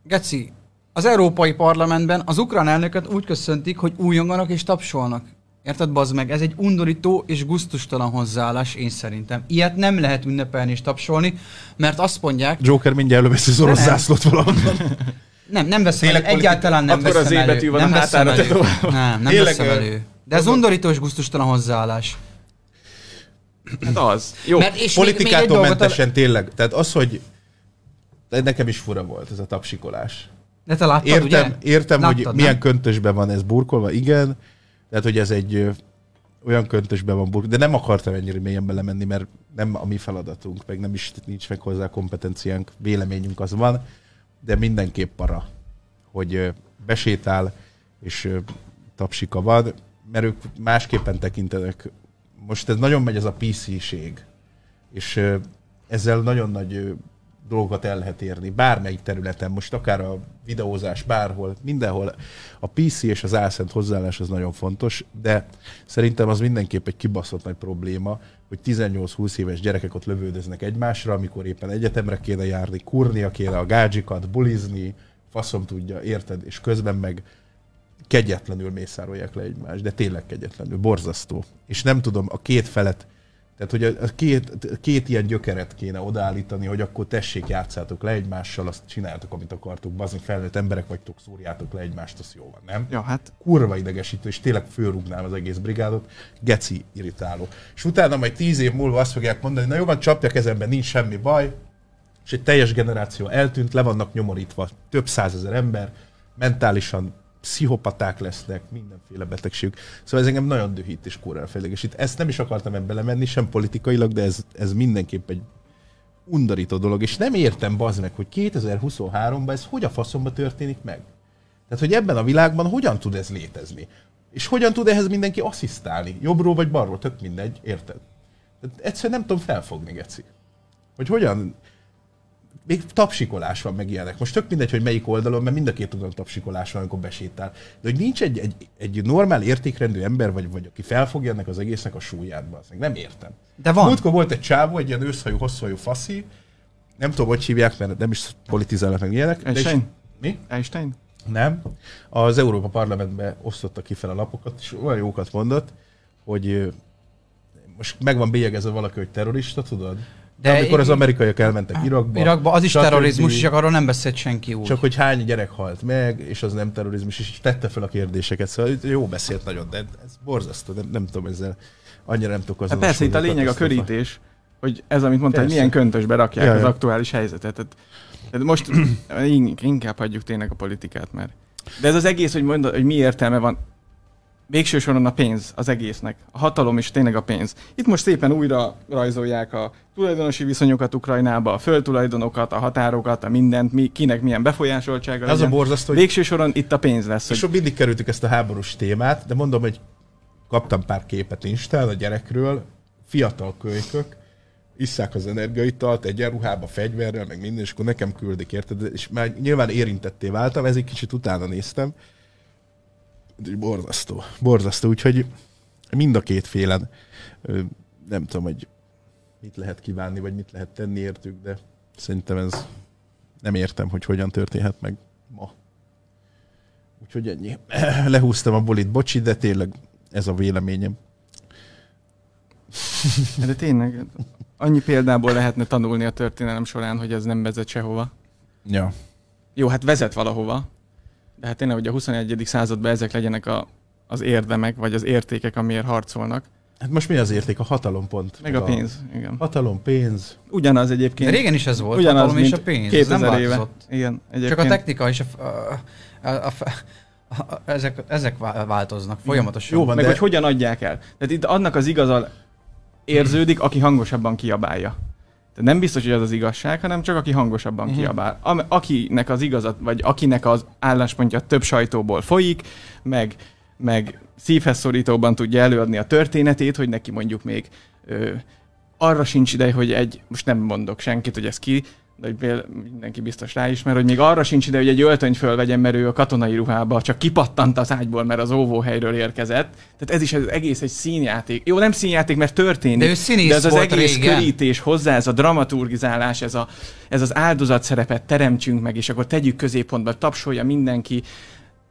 S2: Geci, az Európai Parlamentben az ukrán elnököt úgy köszöntik, hogy újonganak és tapsolnak. Érted, bazd meg? Ez egy undorító és guztustalan hozzáállás, én szerintem. Ilyet nem lehet ünnepelni és tapsolni, mert azt mondják,
S1: Joker mindjárt előveszi az orosz
S2: Nem.
S1: zászlót valahonnan.
S2: nem, nem veszem elő,
S1: Tényleg politi-
S2: egyáltalán nem
S3: Akkor az
S2: veszem
S3: E
S2: elő.
S3: betű van
S2: nem
S3: a
S2: veszem
S3: hátára
S2: elő.
S3: tetoválva.
S2: Nem, nem
S1: Tényleg,
S2: veszem
S1: ö,
S2: elő. De ez undorító és guztustalan hozzáállás.
S3: Hát az. Jó.
S2: Mert és még- még egy
S1: Politikától
S2: dolgot-
S1: mentesen tényleg. Tehát az, hogy de nekem is fura volt ez a tapsikolás.
S2: De te láttad,
S1: Értem,
S2: ugye?
S1: értem
S2: Láttad,
S1: hogy
S2: nem?
S1: milyen köntösben van ez burkolva, igen. Tehát, hogy ez egy ö, olyan köntösben van burkolva, de nem akartam ennyire mélyen belemenni, mert nem a mi feladatunk, meg nem is nincs meg hozzá kompetenciánk, véleményünk az van, de mindenképp para, hogy ö, besétál és ö, tapsika van, mert ők másképpen tekintenek. Most ez nagyon megy ez a PC-ség, és ö, ezzel nagyon nagy ö, dolgokat el lehet érni, bármelyik területen, most akár a videózás, bárhol, mindenhol. A PC és az álszent hozzáállás az nagyon fontos, de szerintem az mindenképp egy kibaszott nagy probléma, hogy 18-20 éves gyerekek ott lövődöznek egymásra, amikor éppen egyetemre kéne járni, kurnia kéne a gádzsikat, bulizni, faszom tudja, érted, és közben meg kegyetlenül mészárolják le egymást, de tényleg kegyetlenül, borzasztó. És nem tudom, a két felet, tehát hogy a, a két, a két ilyen gyökeret kéne odaállítani, hogy akkor tessék, játszátok le egymással, azt csináltok, amit akartok, bazni felnőtt emberek vagytok, szúrjátok le egymást, az jó van, nem?
S3: Ja, hát
S1: kurva idegesítő, és tényleg fölrúgnám az egész brigádot, geci irritáló. És utána majd tíz év múlva azt fogják mondani, na jó van, csapja kezembe, nincs semmi baj, és egy teljes generáció eltűnt, le vannak nyomorítva több százezer ember, mentálisan pszichopaták lesznek, mindenféle betegség. Szóval ez engem nagyon dühít és kurva felidegesít. Ezt nem is akartam ebbe belemenni, sem politikailag, de ez, ez mindenképp egy undorító dolog, és nem értem bazd meg, hogy 2023-ban ez hogy a faszomba történik meg. Tehát, hogy ebben a világban hogyan tud ez létezni? És hogyan tud ehhez mindenki asszisztálni? Jobbról vagy balról, tök mindegy, érted? Tehát egyszerűen nem tudom felfogni, Geci. Hogy hogyan... Még tapsikolás van meg ilyenek. Most tök mindegy, hogy melyik oldalon, mert mind a két oldalon tapsikolás van, amikor besétál. De hogy nincs egy, egy, egy normál értékrendű ember, vagy, vagy aki felfogja ennek az egésznek a súlyát, bazdmeg. nem értem.
S2: De van.
S1: Múltkor volt egy csávó, egy ilyen őszhajú, hosszhajú faszi, nem tudom, hogy hívják, mert nem is politizálnak meg ilyenek. de is-
S3: Einstein?
S1: Mi?
S3: Einstein?
S1: Nem. Az Európa Parlamentben osztotta ki fel a lapokat, és olyan jókat mondott, hogy ö, most meg van bélyegezve valaki, hogy terrorista, tudod?
S2: De
S1: De amikor az
S2: i-
S1: amerikaiak elmentek Irakba.
S2: Irakban az is
S1: stb.
S2: terrorizmus, csak arról nem beszélt senki úgy.
S1: Csak hogy hány gyerek halt meg, és az nem terrorizmus, és tette fel a kérdéseket. Szóval itt jó beszélt nagyon, de ez borzasztó, nem, nem tudom ezzel. Annyira nem tudok
S3: Hát
S1: azonosulni.
S3: persze itt a lényeg a
S1: katasztrófa.
S3: körítés, hogy ez, amit mondtál, hogy
S1: Persze.
S3: milyen köntösbe rakják
S1: Ja,
S3: az
S1: ja.
S3: aktuális helyzetet. Tehát, tehát most <clears throat> in- inkább hagyjuk tényleg a politikát már. De ez az egész, hogy mondod, hogy mi értelme van, végső soron a pénz az egésznek. A hatalom is tényleg a pénz. Itt most szépen újra rajzolják a tulajdonosi viszonyokat Ukrajnába, a földtulajdonokat, a határokat, a mindent, mi, kinek milyen befolyásoltsága
S1: Az a
S3: legyen.
S1: borzasztó, hogy
S3: Végső soron itt a pénz lesz.
S1: És
S3: Hogy...
S1: ott mindig kerültük ezt a háborús témát, de mondom, hogy kaptam pár képet Instán a gyerekről, fiatal kölykök, isszák az energiaitalt, egyenruhába, fegyverrel, meg minden, és akkor nekem küldik, érted? És már nyilván érintetté váltam, ez egy kicsit utána néztem. És Borzasztó, borzasztó, úgyhogy mind a két félen ö, nem tudom, hogy mit lehet kívánni, vagy mit lehet tenni értük, de szerintem ez nem értem, hogy hogyan történhet meg ma. Úgyhogy ennyi. <clears throat> Lehúztam a bulit, bocsi, de tényleg ez a véleményem.
S3: De tényleg, annyi példából lehetne tanulni a történelem során, hogy ez nem vezet sehova.
S1: Ja.
S3: Jó, hát vezet valahova, de hát tényleg, hogy a 21. században ezek legyenek a, az érdemek, vagy az értékek, amiért harcolnak.
S1: Hát most mi az érték? A hatalom pont.
S3: Meg a pénz, igen.
S1: Hatalom, pénz.
S3: Ugyanaz
S2: De
S3: egyébként.
S2: régen is ez volt,
S3: ugyanaz,
S2: hatalom és a
S3: mint
S2: pénz, ez
S3: 2000
S2: nem
S3: éve.
S2: változott.
S3: Igen, egyébként.
S2: Csak a technika és a, f- a, a, a, a, a ezek, ezek vá- változnak folyamatosan.
S1: Jó van,
S3: Meg
S1: de
S3: hogy hogyan adják el. Tehát itt annak az igaza érződik, aki hangosabban kiabálja. Tehát nem biztos, hogy az az igazság, hanem csak aki hangosabban uh-huh. kiabál. Am- akinek az igazat, vagy akinek az álláspontja több sajtóból folyik, meg, meg szívhez szorítóban tudja előadni a történetét, hogy neki mondjuk még ö, arra sincs ideje, hogy egy, most nem mondok senkit, hogy ez ki, de hogy bél- mindenki biztos ráismer, hogy még arra sincs ideje, hogy egy öltönyt fölvegyen, mert ő a katonai ruhába csak kipattant az ágyból, mert az óvóhelyről érkezett. Tehát ez is az egész egy színjáték. Jó, nem színjáték, mert történik.
S2: De ő színész
S3: de ez az
S2: volt
S3: egész
S2: régen.
S3: körítés hozzá, ez a dramaturgizálás, ez, a, ez az áldozat szerepet teremtsünk meg, és akkor tegyük középpontba, tapsolja mindenki.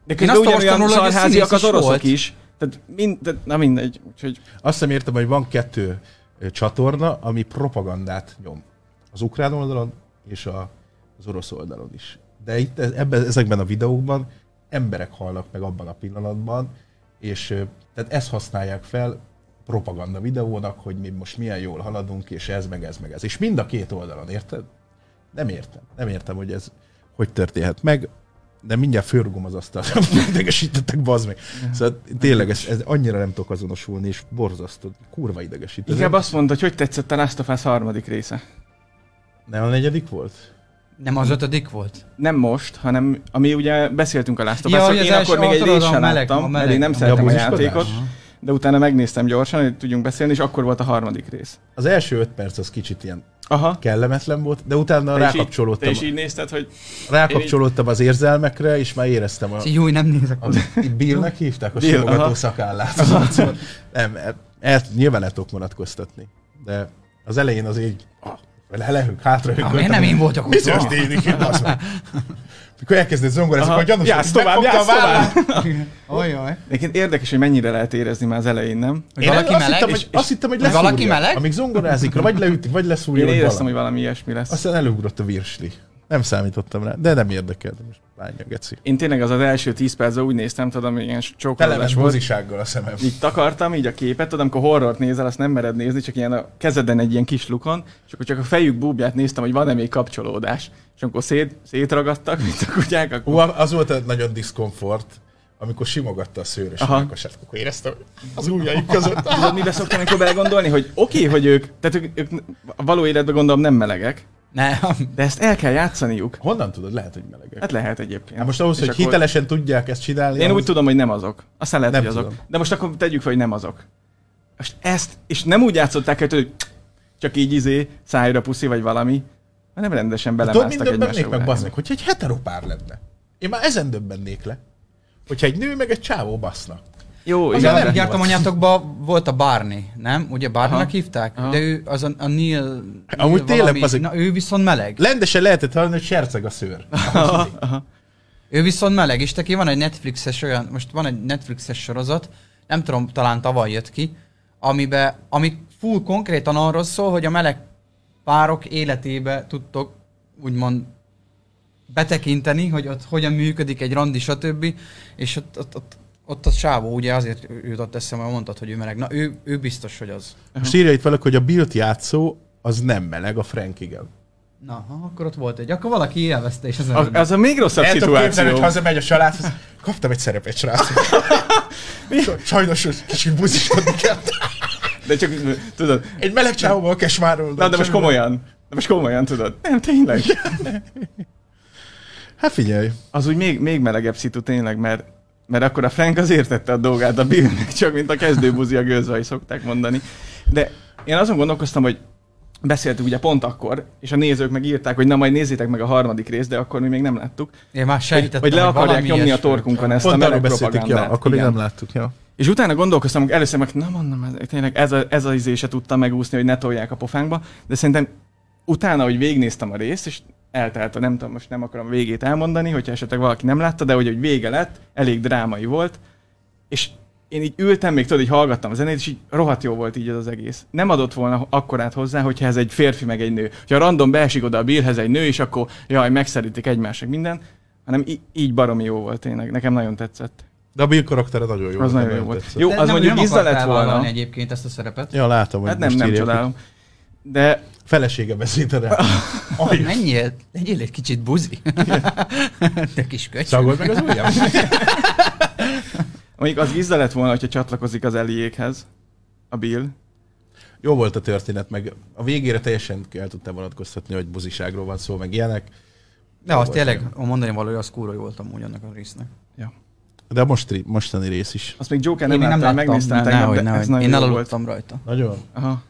S3: De közben
S2: azt olvastam
S3: ugyanolyan
S2: róla, hogy ez
S3: szarháziak
S2: színész
S3: az
S2: is
S3: oroszok
S2: volt.
S3: is. Tehát, mind, tehát na mindegy. Úgyhogy
S1: azt sem értem, hogy van kettő ö, csatorna, ami propagandát nyom. Az ukrán oldalon és a, az orosz oldalon is. De itt ez- ebben, ezekben a videókban emberek halnak meg abban a pillanatban, és ö, tehát ezt használják fel propaganda videónak, hogy mi most milyen jól haladunk, és ez meg ez meg ez. És mind a két oldalon, érted? Nem értem. Nem értem, hogy ez hogy történhet meg, de mindjárt fölrugom az asztalt, amit <laughs> idegesítettek, bazd meg. Szóval tényleg, ez, ez annyira nem tudok azonosulni, és borzasztó, kurva idegesítő.
S3: inkább azt mondta, hogy hogy tetszett a Last of Us harmadik része.
S1: Nem a negyedik volt?
S2: Nem az ötödik volt?
S3: Nem most, hanem ami ugye beszéltünk a Last of
S2: Ja,
S3: Us-ról.
S2: hogy az
S3: én
S2: első-
S3: akkor még
S2: ah,
S3: egy
S2: tudod,
S3: részt
S2: a
S3: sem
S2: meleg- a
S3: láttam, mert
S2: meleg-
S3: én nem
S2: a
S3: szeretem a
S1: búziskodás?
S3: játékot, de utána megnéztem gyorsan, hogy tudjunk beszélni, és akkor volt a harmadik rész.
S1: Az első öt perc az kicsit ilyen
S3: Aha.
S1: kellemetlen volt, de utána
S3: Te is így- Te
S1: rákapcsolódtam,
S3: is így nézted, hogy
S1: rákapcsolódtam az érzelmekre, és már éreztem a...
S2: Jó, nem nézek.
S1: a Billnek hívták a
S3: Bill,
S1: simogató
S3: aha.
S1: szakállát. Szóval nem, e- ezt nyilván le tudok vonatkoztatni. De az elején az így ah, le- lehög, hátra
S2: Ah, miért nem én voltak
S1: Mi
S2: ott? Ah.
S1: történik itt, az meg? Mikor elkezdett zongorázni, akkor gyanús,
S3: Jász tovább, jász tovább.
S2: Olyaj.
S3: Egyébként érdekes, hogy mennyire lehet érezni már az elején, nem?
S2: Hogy
S1: Én
S2: valaki
S1: azt
S2: meleg?
S1: hittem,
S2: És-
S1: hogy, azt hittem, hogy
S2: és
S1: leszúrja.
S2: valaki meleg?
S1: Amíg zongorázik, vagy leütik, vagy leszúrja,
S3: Én
S1: vagy
S3: éreztem,
S1: valami.
S3: hogy valami ilyesmi lesz.
S1: Aztán előugrott a virsli. Nem számítottam rá, de nem érdekelt. Most bánja, geci.
S3: Én tényleg az az első 10 percben úgy néztem, tudom, hogy ilyen
S1: Telemes
S3: csókolás volt.
S1: mozisággal a szemem.
S3: Így takartam így a képet, tudom, amikor horrort nézel, azt nem mered nézni, csak ilyen a kezeden egy ilyen kis lukon, és akkor csak a fejük búbját néztem, hogy van-e még kapcsolódás. És amikor szét, szétragadtak, mint a kutyák, akkor
S1: Hú, az volt a nagyon diszkomfort, amikor simogatta a szőrös
S3: Aha.
S1: melkosát, akkor éreztem hogy az ujjaik között.
S3: Tudod, mire szoktam ilyenkor belegondolni, hogy oké, okay, hogy ők, tehát ők, ők a való életben gondolom nem melegek,
S2: Nem.
S3: de ezt el kell játszaniuk.
S1: Honnan tudod? Lehet, hogy melegek.
S3: Hát lehet egyébként.
S1: Hát most ahhoz,
S3: És
S1: hogy hitelesen tudják ezt csinálni.
S3: Én
S1: ahhoz-
S3: úgy tudom, hogy nem azok. Aztán lehet,
S1: Nem
S3: hogy azok.
S1: tudom.
S3: De most akkor tegyük fel, hogy nem azok. Most ezt, és nem úgy játszották el, hogy csak így izé, szájra puszi vagy valami, hanem rendesen
S1: Hát Tudod,
S3: belemásztak
S1: mindent
S3: egymás
S1: bennék meg,
S3: órájába.
S1: bazd meg, hogyha egy heteropár lenne. Én már ezen döbbennék le. Hogyha egy nő meg egy csávó baszna.
S3: Jó,
S2: Igen,
S3: igen.
S2: nem
S1: nem
S3: de-
S2: gyártam anyátokba volt a Barney, nem? Ugye Barneynak
S3: Aha.
S2: hívták?
S3: Aha.
S2: De ő az a, a Neil... Neil
S1: Amúgy tényleg,
S2: valami-
S1: bazeg.
S2: Na, ő viszont meleg.
S1: Lendesen lehetett hallani, hogy serceg a
S3: <laughs>
S1: szőr.
S2: Ő viszont meleg, és neki van egy Netflixes olyan, most van egy Netflixes sorozat, nem tudom, talán tavaly jött ki, amibe, ami full konkrétan arról szól, hogy a meleg párok életébe tudtok úgymond betekinteni, hogy ott hogyan működik egy randi, stb. És ott, ott, ott, ott a sávó, ugye azért ő- jutott eszembe, mert mondtad, hogy ő meleg. Na ő, ő biztos, hogy az.
S1: Most írja itt valaki, hogy a Bilt játszó az nem meleg, a Frank igen.
S2: Na, ha, akkor ott volt egy. Akkor valaki élvezte, és az
S3: A- Az a még rosszabb
S1: El tudom képzelni, hogy
S3: szituáció.
S1: hazamegy a családhoz. Kaptam egy szerepet, srác. Sajnos hogy kicsit buziskodni kell.
S3: De csak, tudod,
S1: Egy meleg csávóval Kesmáról.
S3: na de most komolyan. De most komolyan, tudod. Nem, tényleg.
S1: Hát figyelj.
S3: Az úgy még, még melegebb szitu tényleg, mert, mert akkor a Frank az értette a dolgát a Billnek, csak mint a kezdőbuzi a gőzvai szokták mondani. De én azon gondolkoztam, hogy beszéltük ugye pont akkor, és a nézők meg írták, hogy na majd nézzétek meg a harmadik részt, de akkor mi még nem láttuk,
S2: Én már
S3: hogy,
S2: sejtettem,
S3: hogy le akarják
S2: valami
S3: nyomni a
S2: ilyesmi.
S3: torkunkon ezt
S1: Pont
S3: a
S1: arról
S3: meleg
S1: beszéltük,
S3: propagandát.
S1: ja, akkor még
S3: Igen.
S1: nem láttuk, ja.
S3: És utána gondolkoztam, hogy először meg, na mondom, ez, tényleg ez a, ez a izé se tudtam megúszni, hogy ne tolják a pofánkba, de szerintem utána, hogy végignéztem a részt, és eltelt, a- nem tudom, most nem akarom végét elmondani, hogyha esetleg valaki nem látta, de hogy, hogy vége lett, elég drámai volt, és én így ültem, még tudod, így hallgattam a zenét, és így rohadt jó volt így ez az egész. Nem adott volna akkorát hozzá, hogyha ez egy férfi meg egy nő. Ha random beesik oda a bírhez egy nő, és akkor jaj, megszerítik egymást, meg minden, hanem í- így baromi jó volt tényleg. Nekem nagyon tetszett.
S1: De a Bill karaktere nagyon jó.
S3: Az nagyon
S1: nekem
S3: jó volt.
S1: tetszett.
S3: Jó,
S2: De
S3: az
S2: nem-
S3: mondjuk
S2: nem
S3: izza lett
S2: akartál
S3: volna.
S2: vállalni egyébként ezt a szerepet.
S1: Ja, látom, hogy
S3: Hát nem,
S1: most
S3: nem
S1: írják, hogy
S3: csodálom. De
S1: Felesége beszélte rá. Aj,
S2: Menjél, legyél egy kicsit buzi. <laughs> Te kis köcs.
S1: Szagold meg az ujjam.
S3: mondjuk az izza lett volna, hogyha csatlakozik az Eliékhez, a Bill.
S1: <laughs> Jó volt a történet, meg a végére teljesen el tudtam vonatkoztatni, hogy buziságról van szó, meg ilyenek.
S2: De az tényleg, a mondani való, az kúra jó volt amúgy annak a résznek.
S3: Ja.
S1: De most, mostani rész is.
S3: Azt még Joker nem, láttam, megnéztem
S2: ne-
S3: tegnap,
S2: nehogy,
S3: de
S2: nehogy.
S3: ez nagyon
S2: Én
S3: jó volt.
S2: elaludtam rajta.
S1: Nagyon.
S3: Aha.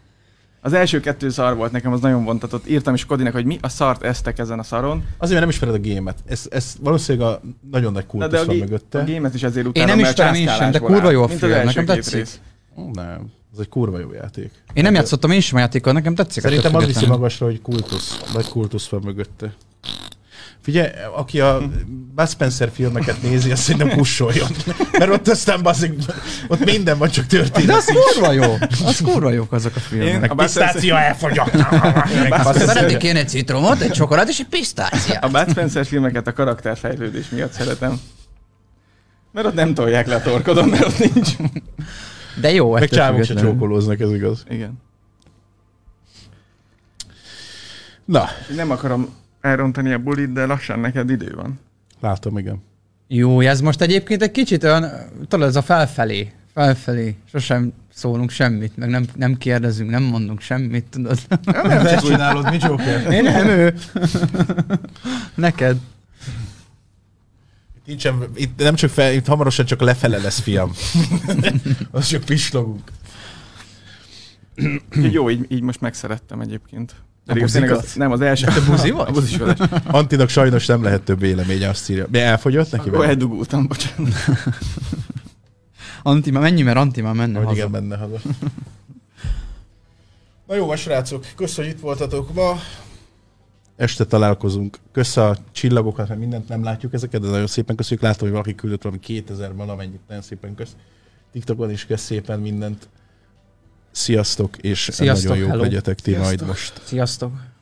S3: Az első kettő szar volt nekem, az nagyon vontatott. Írtam is Kodinak, hogy mi a szart eztek ezen a szaron.
S1: Azért, mert nem ismered a gémet. Ez, ez valószínűleg a nagyon nagy
S3: Na,
S1: kultusz
S3: de a,
S1: van
S3: gé-
S1: mögötte.
S3: a gémet is azért utána,
S2: nem
S3: mert
S2: ismerem én sem, de
S3: császkálásból
S2: kurva
S3: áll,
S2: jó a
S3: mint
S2: film,
S3: az első
S2: nekem
S3: két
S2: tetszik.
S3: rész.
S1: Ó, Nem, ez egy kurva jó játék.
S2: Én nem játszottam én sem a játékkal, nekem tetszik. ettől
S1: Szerintem az viszi
S2: függetlenül.
S1: magasra, hogy kultusz, nagy kultusz van mögötte. Figyelj, aki a Bud Spencer filmeket nézi, azt szerintem kussoljon. Mert ott aztán baszik, ott minden van, csak
S2: De
S1: történet.
S2: az kurva jó. Az kurva jók azok a filmek.
S1: Meg
S3: A Bud Spencer-
S1: pisztácia
S3: <laughs>
S1: elfogyott.
S2: Szeretnék én egy citromot, egy csokoládét és egy
S3: A
S2: pisztáciát.
S3: Bud Spencer filmeket a karakterfejlődés miatt szeretem. Mert ott nem tolják le a torkodon, mert ott nincs.
S2: De jó,
S1: Meg
S2: ettől
S1: csávok se
S2: függetlenül.
S1: csókolóznak, ez igaz.
S3: Igen.
S1: Na,
S3: Nem akarom elrontani a bulit, de lassan neked idő van.
S1: látom, igen.
S2: Jó, ez most egyébként egy kicsit olyan, tudod, ez a felfelé, felfelé, sosem szólunk semmit, meg nem, nem kérdezünk, nem mondunk semmit, tudod.
S1: Nem csinálod, mi Joker?
S2: Én nem ő. Neked.
S1: Nincsen, itt nem csak fel, itt hamarosan csak lefele lesz, fiam. Az csak pislogunk.
S3: Úgyhogy jó, így, így most megszerettem egyébként. Pedig
S1: buzikat?
S3: tényleg az, nem az első.
S2: Te buzi vagy?
S3: <laughs> A buzis vagy.
S1: Antinak sajnos nem lehet több véleménye, azt írja. Mi elfogyott neki?
S3: Akkor
S1: vele?
S3: eldugultam, bocsánat.
S2: Anti, már mennyi, mert Anti már menne
S1: Hogy
S2: haza.
S1: igen, menne haza. Na jó, van, srácok, kösz, hogy itt voltatok ma. Este találkozunk. Kösz a csillagokat, mert mindent nem látjuk ezeket, de nagyon szépen köszönjük. Látom, hogy valaki küldött valami 2000 valamennyit, nagyon szépen kösz. TikTokon is kösz szépen mindent. Sziasztok, és
S2: Sziasztok,
S1: nagyon jók
S2: hello.
S1: legyetek ti majd
S3: Sziasztok.
S1: most.
S2: Sziasztok.